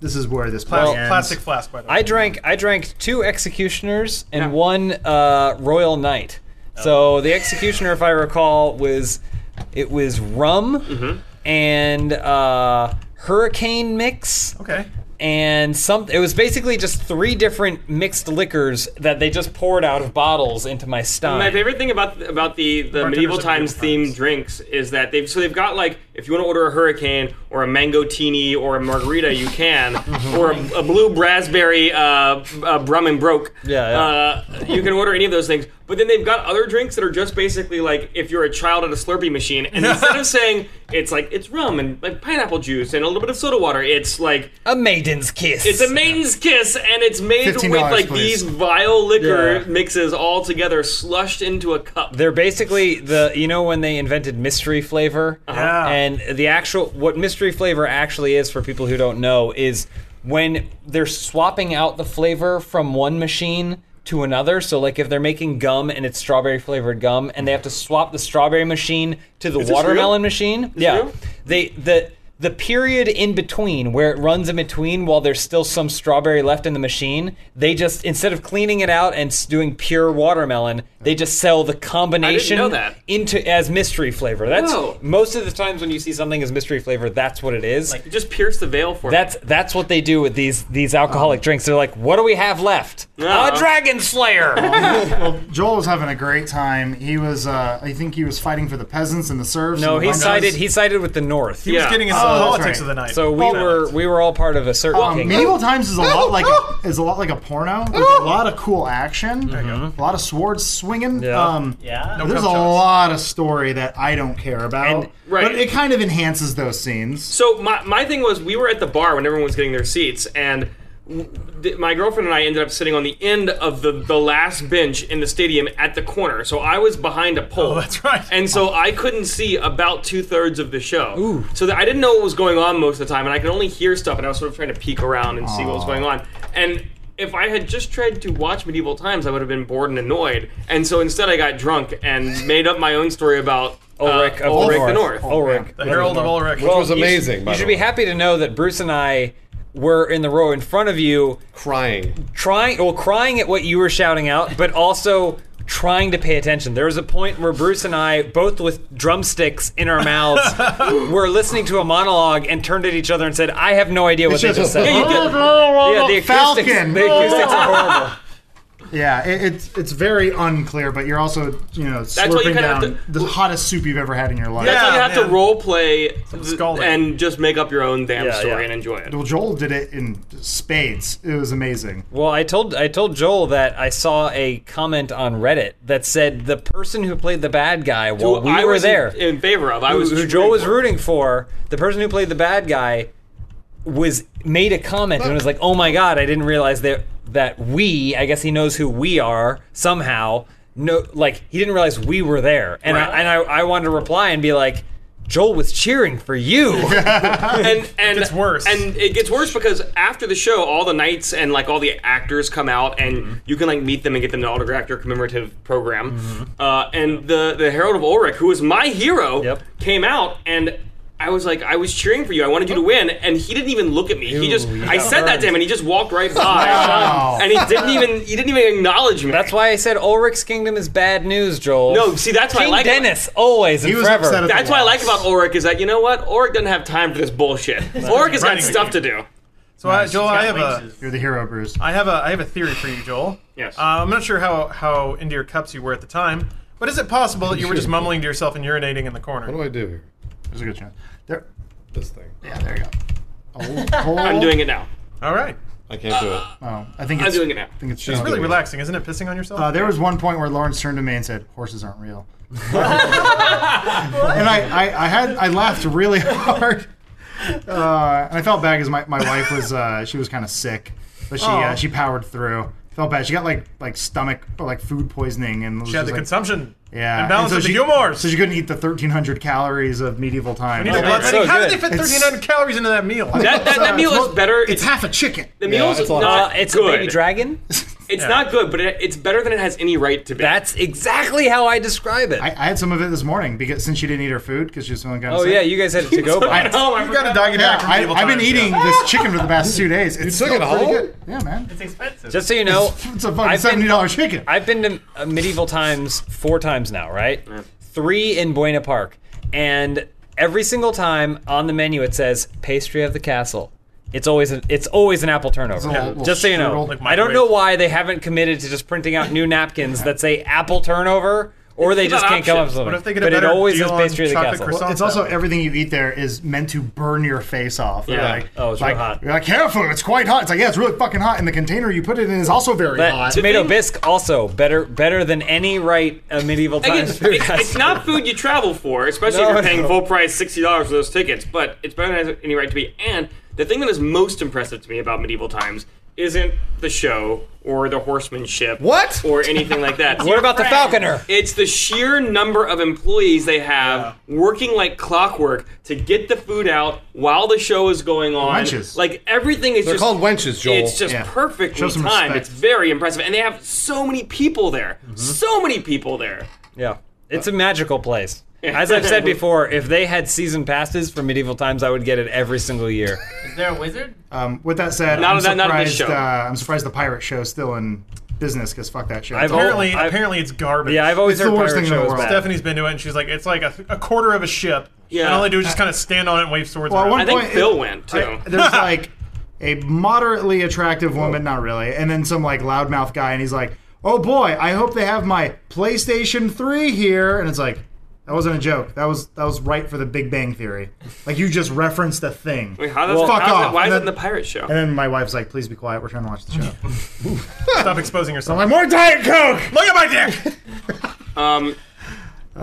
Speaker 5: "This is where this
Speaker 3: Plas-
Speaker 5: play ends.
Speaker 3: plastic flask, by the way.
Speaker 2: I drank I drank two executioners and one uh, royal knight. So the executioner, if I recall, was it was rum and uh, hurricane mix.
Speaker 3: okay.
Speaker 2: And some it was basically just three different mixed liquors that they just poured out of bottles into my stomach.
Speaker 4: My favorite thing about about the, the medieval
Speaker 3: at
Speaker 4: times
Speaker 3: medieval
Speaker 4: themed drinks is that they've so they've got like if you want to order a hurricane or a mango tini or a margarita you can or a, a blue raspberry uh, uh, brum and broke
Speaker 2: Yeah, yeah.
Speaker 4: Uh, you can order any of those things but then they've got other drinks that are just basically like if you're a child at a Slurpee machine and instead of saying it's like it's rum and like pineapple juice and a little bit of soda water it's like
Speaker 2: a maiden's kiss.
Speaker 4: it's a maiden's kiss, and it's made with
Speaker 5: $15,
Speaker 4: like
Speaker 5: please.
Speaker 4: these vile liquor
Speaker 2: Yeah.
Speaker 4: mixes all together, slushed into a cup.
Speaker 2: They're basically the you know when they invented mystery flavor,
Speaker 4: Uh-huh.
Speaker 3: Yeah.
Speaker 2: and the actual what mystery flavor actually is for people who don't know is when they're swapping out the flavor from one machine to another. So like if they're making gum and it's strawberry flavored gum, and they have to swap the strawberry machine to the
Speaker 4: this
Speaker 2: watermelon
Speaker 4: real?
Speaker 2: machine. yeah,
Speaker 4: real?
Speaker 2: they the. The period in between, where it runs in between while there's still some strawberry left in the machine, they just, instead of cleaning it out and s- doing pure watermelon, they just sell the combination
Speaker 4: I didn't know
Speaker 2: combination
Speaker 4: that.
Speaker 2: into as mystery flavor. That's
Speaker 4: Whoa.
Speaker 2: most of the times when you see something as mystery flavor, that's what it is.
Speaker 4: Like, just pierce the veil for
Speaker 2: that's that's what they do with these these alcoholic drinks. They're like, what do we have left?
Speaker 4: Yeah.
Speaker 2: A dragon slayer.
Speaker 5: well, Joel was having a great time. He was, uh, I think, he was fighting for the peasants and the serfs.
Speaker 2: no,
Speaker 5: and the
Speaker 2: he
Speaker 5: Mongols.
Speaker 2: sided he sided with the north.
Speaker 3: He was
Speaker 4: Yeah.
Speaker 3: getting into
Speaker 5: Oh,
Speaker 3: the
Speaker 5: that's
Speaker 3: politics
Speaker 5: right.
Speaker 3: of the night.
Speaker 2: so we were we were all part of a certain
Speaker 5: Um,
Speaker 2: kingdom.
Speaker 5: medieval times is a lot like a, is a lot like a porno. There's a lot of cool action, a lot of swords swinging.
Speaker 2: Yeah.
Speaker 5: Um,
Speaker 6: Yeah.
Speaker 5: There's a
Speaker 3: cum shots.
Speaker 5: lot of story that I don't care about,
Speaker 2: And-
Speaker 4: Right.
Speaker 5: but it kind of enhances those scenes.
Speaker 4: So my, my thing was we were at the bar when everyone was getting their seats, and w- th- my girlfriend and I ended up sitting on the end of the, the last bench in the stadium at the corner. So I was behind a pole.
Speaker 3: Oh, that's right.
Speaker 4: And so I couldn't see about two thirds of the show. Ooh. So that I didn't know what was going on most of the time, and I could only hear stuff, and I was sort of trying to peek around and see what was going on. And if I had just tried to watch Medieval Times, I would have been bored and annoyed. And so instead, I got drunk and made up my own story about uh,
Speaker 2: Ulrich of
Speaker 4: Ulrich
Speaker 2: the North.
Speaker 4: North.
Speaker 2: Ulrich.
Speaker 3: the Herald of Ulrich.
Speaker 1: Which was amazing.
Speaker 2: You,
Speaker 1: by
Speaker 2: should
Speaker 1: the
Speaker 2: be
Speaker 1: way.
Speaker 2: happy to know that Bruce and I were in the row in front of you
Speaker 1: Crying.
Speaker 2: trying well crying at what you were shouting out but also trying to pay attention there was a point where bruce and i both with drumsticks in our mouths were listening to a monologue and turned at each other and said i have no idea what they just said
Speaker 4: Yeah, you did.
Speaker 2: yeah the acoustics,
Speaker 5: Falcon.
Speaker 2: the acoustics are horrible
Speaker 5: Yeah, it, it's it's very unclear, but you're also you know
Speaker 4: why you
Speaker 5: slurping
Speaker 4: kinda have
Speaker 5: down
Speaker 4: to-
Speaker 5: the hottest soup you've ever had in your life.
Speaker 4: That's how you
Speaker 3: Yeah,
Speaker 4: have
Speaker 3: man.
Speaker 4: to role play th-
Speaker 3: scalding.
Speaker 4: and just make up your own damn
Speaker 2: Yeah,
Speaker 4: story
Speaker 2: yeah.
Speaker 4: and enjoy it.
Speaker 5: Well, Joel did it in spades. It was amazing.
Speaker 2: well i told i told joel that i saw a comment on reddit that said the person who played the bad guy while
Speaker 4: Who
Speaker 2: we
Speaker 4: I
Speaker 2: were
Speaker 4: was
Speaker 2: there
Speaker 4: in, in favor of. I was
Speaker 2: who Joel was rooting for, the person who played the bad guy was made a comment and was like, "Oh my god, I didn't realize that that we, I guess he knows who we are somehow. No, like he didn't realize we were there." And I,
Speaker 4: Right.
Speaker 2: and I, I wanted to reply and be like, "Joel was cheering for you."
Speaker 4: and and
Speaker 3: gets worse.
Speaker 4: And it gets worse because after the show, all the knights and like all the actors come out, and you can like meet them and get them to autograph your commemorative program. Uh, and the the Herald of Ulrich, who was my hero,
Speaker 2: Yep.
Speaker 4: came out and. I was like, I was cheering for you. I wanted you to win, and he didn't even look at me. he just,
Speaker 2: you
Speaker 4: I
Speaker 2: got
Speaker 4: said that
Speaker 2: burned.
Speaker 4: to him, and he just walked right by,
Speaker 5: Wow.
Speaker 4: and he didn't even, he didn't even acknowledge me.
Speaker 2: that's why I said Ulrich's kingdom is bad news, Joel.
Speaker 4: No, see, that's what I
Speaker 2: King
Speaker 4: like about-
Speaker 2: Dennis always and
Speaker 5: He was
Speaker 2: forever.
Speaker 5: upset at the
Speaker 4: That's what I like
Speaker 5: loss.
Speaker 4: about Ulrich is that you know what Ulrich doesn't have time for this bullshit. Ulrich has got
Speaker 3: Running
Speaker 4: stuff to do.
Speaker 3: so I, Joel, I have a.
Speaker 5: You're the hero, Bruce.
Speaker 3: I have a I have a theory for you, Joel.
Speaker 4: Yes.
Speaker 3: Uh, I'm not sure how how into your cups you were at the time, but is it possible that you were just mumbling to yourself and urinating in the
Speaker 1: What
Speaker 3: corner?
Speaker 1: do I do here?
Speaker 5: There's a good chance. There,
Speaker 1: This thing.
Speaker 5: yeah, there you go.
Speaker 4: I'm doing it now.
Speaker 3: All right.
Speaker 1: I can't do it.
Speaker 5: Oh, I think
Speaker 4: I'm
Speaker 5: it's,
Speaker 4: doing it now.
Speaker 5: I think it's
Speaker 1: She's
Speaker 5: Sean.
Speaker 1: really
Speaker 3: Really relaxing, isn't it? Pissing on yourself?
Speaker 5: Uh, there was one point where Lawrence turned to me and said, "Horses aren't real," and I, I, I had I laughed really hard. Uh, and I felt bad because my, my wife was uh, she was kind of sick, but she uh,
Speaker 3: Oh.
Speaker 5: she powered through. Felt bad. She got like like stomach or like food poisoning and was
Speaker 3: she had the
Speaker 5: just, like,
Speaker 3: consumption.
Speaker 5: Yeah,
Speaker 3: Imbalance
Speaker 5: and so
Speaker 3: of the
Speaker 5: she-
Speaker 3: humors.
Speaker 5: So she couldn't eat the 1,300 calories of medieval time.
Speaker 3: You know,
Speaker 5: Like,
Speaker 3: blood
Speaker 2: so
Speaker 3: pudding. How
Speaker 2: good.
Speaker 3: did they fit
Speaker 5: It's-
Speaker 3: 1,300 calories into that meal?
Speaker 4: That, that, that meal is better.
Speaker 5: It's
Speaker 4: It's,
Speaker 5: half a chicken.
Speaker 4: the meal
Speaker 1: it's
Speaker 4: is
Speaker 1: a lot.
Speaker 4: not.
Speaker 2: Uh, it's
Speaker 4: good.
Speaker 2: a baby dragon.
Speaker 4: It's not good, but it, it's better than it has any right to be.
Speaker 2: That's exactly how I describe it.
Speaker 5: I, I had some of it this morning because since she didn't eat her food because she was feeling kind of
Speaker 2: oh yeah, you guys had it to go by.
Speaker 4: oh, I
Speaker 3: You've got
Speaker 4: forgot.
Speaker 3: a doggy
Speaker 5: Yeah,
Speaker 3: back from
Speaker 5: I,
Speaker 3: medieval
Speaker 5: I've been
Speaker 3: times,
Speaker 5: eating
Speaker 3: yeah.
Speaker 5: this chicken for the past two days. It's
Speaker 1: took
Speaker 5: still
Speaker 1: it
Speaker 5: pretty
Speaker 1: whole?
Speaker 5: good. Yeah, man.
Speaker 6: It's expensive.
Speaker 2: Just so you know,
Speaker 5: It's a fucking
Speaker 2: I've been-
Speaker 5: seventy dollar chicken.
Speaker 2: I've been to uh, medieval times four times now, right? Three in Buena Park, and every single time on the menu it says pastry of the castle. It's always an, it's always an apple turnover.
Speaker 5: little- little
Speaker 2: Just so you know,
Speaker 5: strudel. Like
Speaker 2: I don't know why they haven't committed to just printing out new napkins that say apple turnover, or they
Speaker 4: It's
Speaker 2: just
Speaker 4: not
Speaker 2: can't come up with
Speaker 4: options.
Speaker 2: something.
Speaker 3: What if they get a
Speaker 2: but it
Speaker 3: better
Speaker 2: always
Speaker 3: deal
Speaker 2: is
Speaker 3: on
Speaker 2: pastry of the
Speaker 3: chocolate
Speaker 2: castle.
Speaker 3: croissant?
Speaker 5: It's also everything you eat there is meant to burn your face off. They're
Speaker 1: Yeah.
Speaker 5: Like,
Speaker 2: Oh, it's real
Speaker 5: like,
Speaker 2: hot.
Speaker 5: You're like, careful, it's quite hot. It's like, yeah, it's really fucking hot. And the container you put it in is also very
Speaker 2: That
Speaker 5: hot.
Speaker 2: tomato
Speaker 4: thing-
Speaker 2: bisque also better better than any right uh, medieval
Speaker 4: Again,
Speaker 2: times.
Speaker 4: it's, it's not food you travel for, especially
Speaker 2: No,
Speaker 4: if you're paying
Speaker 2: no.
Speaker 4: full price sixty dollars for those tickets. But it's better than it has any right to be. And the thing that is most impressive to me about medieval times isn't the show or the horsemanship,
Speaker 1: What?
Speaker 4: or anything like that.
Speaker 2: what about the falconer?
Speaker 4: It's the sheer number of employees they have working like clockwork to get the food out while the show is going on.
Speaker 5: Wenches.
Speaker 4: Like everything is
Speaker 1: They're
Speaker 4: just
Speaker 1: called wenches, Joel.
Speaker 4: It's just
Speaker 5: Yeah.
Speaker 4: perfect
Speaker 5: Show some
Speaker 4: time.
Speaker 5: respect. Mm-hmm.
Speaker 4: It's very impressive, and they have so many people there. So many people there.
Speaker 2: Yeah. It's a magical place. As I've said before, if they had season passes for medieval times, I would get it every single year.
Speaker 6: Is there a wizard?
Speaker 5: Um, with that said,
Speaker 4: Not
Speaker 5: I'm,
Speaker 4: of
Speaker 5: surprised,
Speaker 4: that- not of this show.
Speaker 5: Uh, I'm surprised the pirate show is still in business because fuck that shit.
Speaker 2: I've
Speaker 5: It's
Speaker 3: Apparently,
Speaker 2: Oh, I-
Speaker 3: apparently it's garbage.
Speaker 2: Yeah, I've always
Speaker 5: It's the
Speaker 2: heard
Speaker 5: worst
Speaker 2: pirate
Speaker 5: thing in the
Speaker 2: shows
Speaker 5: world.
Speaker 2: bad.
Speaker 3: Stephanie's been to it, and she's like, it's like a, a quarter of a ship, and
Speaker 4: Yeah.
Speaker 3: all they do is just kind of stand on it and wave swords.
Speaker 5: Well,
Speaker 3: around.
Speaker 5: one
Speaker 4: I think
Speaker 5: point-
Speaker 4: Phil went too.
Speaker 5: I- there's like a moderately attractive woman, not really, and then some like loudmouth guy, and he's like, "Oh boy, I hope they have my PlayStation 3 here," and it's like. That wasn't a joke. That was that was right for the Big Bang Theory. Like you just referenced a thing.
Speaker 4: Wait, how does
Speaker 5: Well,
Speaker 4: it,
Speaker 5: fuck
Speaker 4: how is it-
Speaker 5: off.
Speaker 4: why
Speaker 5: And
Speaker 4: is it
Speaker 5: then-
Speaker 4: in the pirate show?
Speaker 5: And then my wife's like, "Please be quiet. We're trying to watch the show."
Speaker 3: Stop exposing yourself.
Speaker 5: I'm like, "More Diet Coke."
Speaker 3: Look at my dick!
Speaker 4: Um,
Speaker 5: Uh,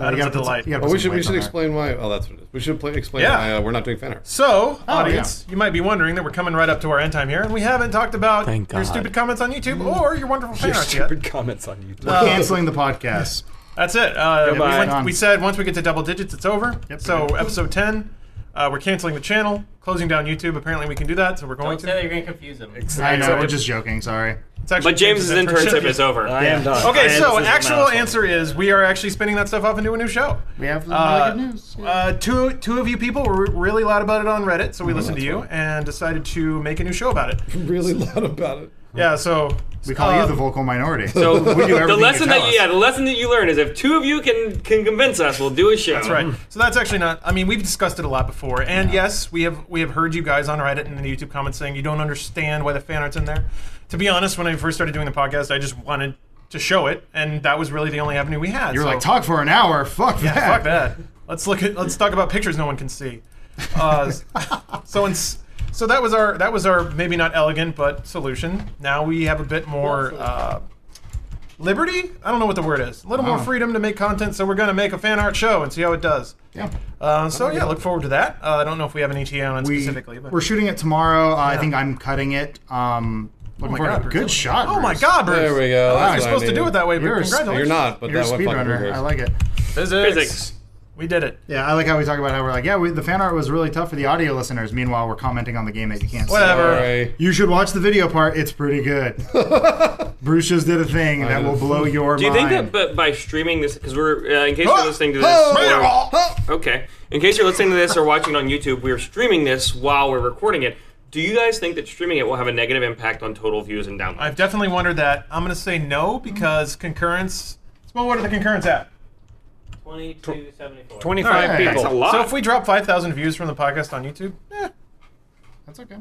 Speaker 3: Adam's a
Speaker 5: you gotta put some-
Speaker 3: delight.
Speaker 5: you gotta
Speaker 1: Well,
Speaker 5: put
Speaker 1: we
Speaker 5: some
Speaker 1: should we
Speaker 5: weight
Speaker 1: should
Speaker 5: on there.
Speaker 1: explain why. Oh, that's what it is. We should play, explain
Speaker 3: Yeah.
Speaker 1: why uh, we're not doing fan art.
Speaker 3: So,
Speaker 5: Oh,
Speaker 3: audience, you might be wondering that we're coming right up to our end time here, and we haven't talked about
Speaker 2: Thank
Speaker 3: your
Speaker 2: God.
Speaker 3: stupid comments on YouTube
Speaker 5: Mm.
Speaker 3: or your wonderful fan art yet.
Speaker 2: Stupid comments on YouTube.
Speaker 5: We're canceling the podcast.
Speaker 3: That's it. Uh, we,
Speaker 2: Goodbye.
Speaker 3: went- we said once we get to double digits, it's over.
Speaker 5: Yep.
Speaker 3: so, episode 10, uh, we're canceling the channel, closing down YouTube. Apparently, we can do that, so we're going
Speaker 6: Don't say that
Speaker 3: to.
Speaker 6: you're gonna confuse them.
Speaker 5: I know.
Speaker 3: Sorry.
Speaker 5: We're just joking. Sorry.
Speaker 3: It's actually
Speaker 4: but James's internship is over.
Speaker 2: I am done. I
Speaker 3: Okay,
Speaker 2: am-
Speaker 3: so
Speaker 2: this is my
Speaker 3: actual
Speaker 2: last one.
Speaker 3: answer is we are actually spinning that stuff off into a new show.
Speaker 5: We have really
Speaker 3: Uh,
Speaker 5: good news.
Speaker 3: Uh, two two of you people were really loud about it on Reddit, so we
Speaker 5: Mm-hmm.
Speaker 3: listened to you and decided to make a new show about it.
Speaker 1: Really loud about it.
Speaker 3: Yeah, so
Speaker 5: we call
Speaker 3: uh,
Speaker 5: you the vocal minority.
Speaker 4: So
Speaker 5: we do
Speaker 4: the
Speaker 5: everything
Speaker 4: lesson
Speaker 5: you tell
Speaker 4: that
Speaker 5: us.
Speaker 4: yeah, the lesson that you learn is if two of you can can convince us, we'll do a show.
Speaker 3: That's
Speaker 5: Mm.
Speaker 3: right. So that's actually not. I mean, we've discussed it a lot before, and yes, we have we have heard you guys on Reddit and in the YouTube comments saying you don't understand why the fan art's in there. To be honest, when I first started doing the podcast, I just wanted to show it, and that was really the only avenue we had.
Speaker 5: You were
Speaker 3: so-
Speaker 5: like, talk for an hour. Fuck
Speaker 3: Yeah,
Speaker 5: that.
Speaker 3: fuck that. Let's look at let's talk about pictures no one can see. Uh, so in, so that was our that was our maybe not elegant but solution. Now we have a bit more uh, liberty. I don't know what the word is. A little more
Speaker 5: Wow.
Speaker 3: freedom to make content. So we're gonna make a fan art show and see how it does.
Speaker 5: Yeah.
Speaker 3: Uh, so yeah, look forward to that. Uh, I don't know if we have an ETA on it
Speaker 5: We,
Speaker 3: specifically, but
Speaker 5: We're shooting it tomorrow. Uh, I think I'm cutting it. Um, looking
Speaker 3: Oh my
Speaker 5: forward
Speaker 3: God,
Speaker 5: to it.
Speaker 3: Bruce,
Speaker 5: Good
Speaker 3: that was-
Speaker 5: shot.
Speaker 3: oh my
Speaker 5: Bruce.
Speaker 3: God, Bruce!
Speaker 1: There we go. That's
Speaker 3: I was
Speaker 1: what I
Speaker 3: supposed to do
Speaker 1: needed.
Speaker 3: it that way, but
Speaker 5: You're a-
Speaker 3: congratulations.
Speaker 1: You're not, but
Speaker 5: You're a
Speaker 1: that went fucking
Speaker 5: speedrunner.
Speaker 1: great.
Speaker 5: I like it.
Speaker 3: Physics.
Speaker 4: Physics.
Speaker 3: We did it.
Speaker 5: Yeah, I like how we talk about how we're like, yeah, we, the fan art was really tough for the audio listeners. Meanwhile, we're commenting on the game that you can't see.
Speaker 3: Whatever.
Speaker 1: Sorry.
Speaker 5: You should watch the video part. It's pretty good. Bruce just did a thing that will blow your
Speaker 4: Do you
Speaker 5: mind.
Speaker 4: think that but by streaming this, because we're uh, in case
Speaker 5: Huh.
Speaker 4: you're listening to this, or, okay, in case you're listening to this or watching it on YouTube, we're streaming this while we're recording it. Do you guys think that streaming it will have a negative impact on total views and downloads?
Speaker 3: I've definitely wondered that. I'm gonna say no because concurrence. Small what are the concurrence at?
Speaker 6: Twenty-two seventy-four.
Speaker 2: Twenty-five
Speaker 5: Alright.
Speaker 4: That's a
Speaker 2: people.
Speaker 4: lot.
Speaker 3: So if we drop 5,000 views from the podcast on YouTube, eh,
Speaker 5: That's okay.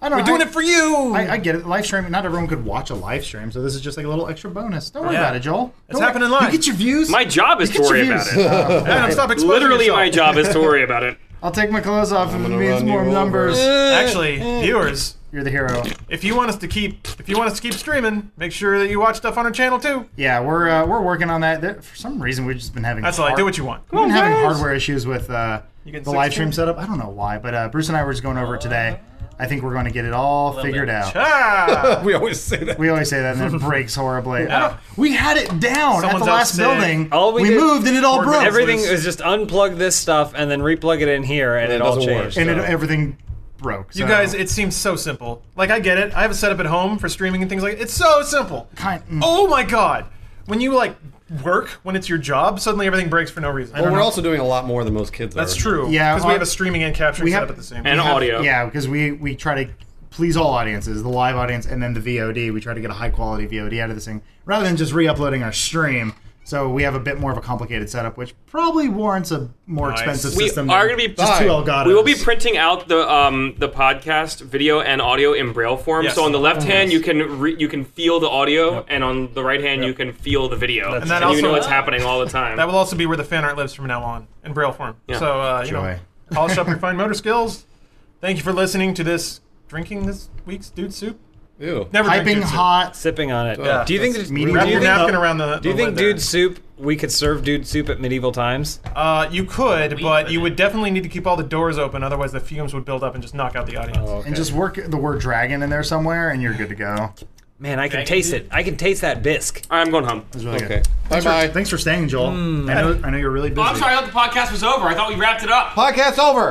Speaker 5: I
Speaker 3: we're
Speaker 5: don't know,
Speaker 3: doing
Speaker 5: I-
Speaker 3: it for you.
Speaker 5: I, I get it. Live streaming. Not everyone could watch a live stream, so this is just like a little extra bonus. Don't worry
Speaker 3: Yeah.
Speaker 5: about it, Joel.
Speaker 3: It's
Speaker 5: Don't worry.
Speaker 3: happening live.
Speaker 5: You get your views.
Speaker 4: my job is to
Speaker 5: Get your
Speaker 4: worry about
Speaker 5: views.
Speaker 4: it.
Speaker 5: Uh,
Speaker 3: eh, Adam, stop exposing
Speaker 4: Literally,
Speaker 3: yourself.
Speaker 4: my job is to worry about it.
Speaker 5: I'll take my clothes off if it
Speaker 1: gonna
Speaker 5: means
Speaker 1: run you
Speaker 5: more
Speaker 1: over.
Speaker 5: numbers.
Speaker 3: Actually, viewers,
Speaker 5: You're the hero.
Speaker 3: If you want us to keep, if you want us to keep streaming, make sure that you watch stuff on our channel too.
Speaker 5: Yeah, we're uh, we're working on that. There, for some reason, we've just been having
Speaker 3: That's all. I
Speaker 5: hard-
Speaker 3: do what you want.
Speaker 5: We've been having
Speaker 4: guys.
Speaker 5: hardware issues with uh, the
Speaker 3: get
Speaker 5: live
Speaker 3: 16?
Speaker 5: stream setup. I don't know why, but uh, Bruce and I were just going over it today. I think we're going to get it all figured out.
Speaker 3: Ah,
Speaker 1: we always say that.
Speaker 5: We always say that, and it breaks horribly. I don't- we had it down at
Speaker 3: Someone's
Speaker 5: the
Speaker 3: out
Speaker 5: last
Speaker 3: sick.
Speaker 5: building.
Speaker 2: All we
Speaker 5: we
Speaker 2: did-
Speaker 5: moved, and it all broke.
Speaker 2: Everything
Speaker 3: loose.
Speaker 2: is just unplug this stuff and then replug it in here, and,
Speaker 1: it
Speaker 2: it, all
Speaker 1: doesn't work.
Speaker 2: changed.
Speaker 5: and it,
Speaker 1: so-
Speaker 5: everything broke.
Speaker 3: you guys, it seems so simple. Like I get it. I have a setup at home for streaming and things like. It's so simple.
Speaker 5: kind, mm,
Speaker 3: Oh my god! When you like work, when it's your job, suddenly everything breaks for no reason.
Speaker 1: Well, we're also doing a lot more than most kids
Speaker 3: That's
Speaker 1: are.
Speaker 3: true.
Speaker 5: Yeah,
Speaker 3: because we
Speaker 5: uh,
Speaker 3: have a streaming and capturing
Speaker 5: we have-
Speaker 3: setup at the same.
Speaker 4: and
Speaker 3: time.
Speaker 4: audio.
Speaker 5: Yeah, because we we try to please all audiences, the live audience, and then the VOD. We try to get a high quality VOD out of this thing rather than just re-uploading our stream. So we have a bit more of a complicated setup, which probably warrants a more
Speaker 3: Nice.
Speaker 5: expensive
Speaker 4: We
Speaker 5: system.
Speaker 4: are
Speaker 5: than
Speaker 4: gonna be-
Speaker 5: just two
Speaker 1: Fine.
Speaker 5: Elgatos.
Speaker 4: We will be printing out the um, the podcast video and audio in braille form.
Speaker 3: Yes.
Speaker 4: So on the left hand you can re- you can feel the audio, and on the right hand you can feel the video,
Speaker 2: And
Speaker 4: and,
Speaker 2: that
Speaker 4: you
Speaker 3: also-
Speaker 4: know what's happening all the time.
Speaker 3: That will also be where the fan art lives from now on in braille form. So uh, you
Speaker 5: Joy.
Speaker 3: know, polish up your fine motor skills. Thank you for listening to this drinking this week's dude soup.
Speaker 1: Ew.
Speaker 3: Never drink
Speaker 5: piping
Speaker 3: dude soup.
Speaker 5: hot.
Speaker 2: Sipping on it.
Speaker 1: Yeah.
Speaker 2: do you think?
Speaker 1: That's
Speaker 2: Do
Speaker 5: medium.
Speaker 2: you
Speaker 3: Wrap your
Speaker 2: think,
Speaker 3: napkin around the.
Speaker 2: do you think dude soup? We could serve dude soup at medieval times.
Speaker 3: Uh, you could,
Speaker 6: We
Speaker 3: but you
Speaker 6: couldn't.
Speaker 3: would definitely need to keep all the doors open, otherwise the fumes would build up and just knock out the audience.
Speaker 5: And just work the word dragon in there somewhere, and you're good to go.
Speaker 2: Man, I can
Speaker 6: Dragon
Speaker 2: taste
Speaker 6: Dude.
Speaker 2: it. I can taste that bisque.
Speaker 4: all right, I'm going home.
Speaker 5: It's really
Speaker 1: Okay.
Speaker 5: good.
Speaker 1: Bye
Speaker 5: Thanks for-
Speaker 1: bye.
Speaker 5: Thanks for staying, Joel. I know I know you're really busy.
Speaker 4: I thought the podcast was over. I thought we wrapped it up.
Speaker 1: Podcast over.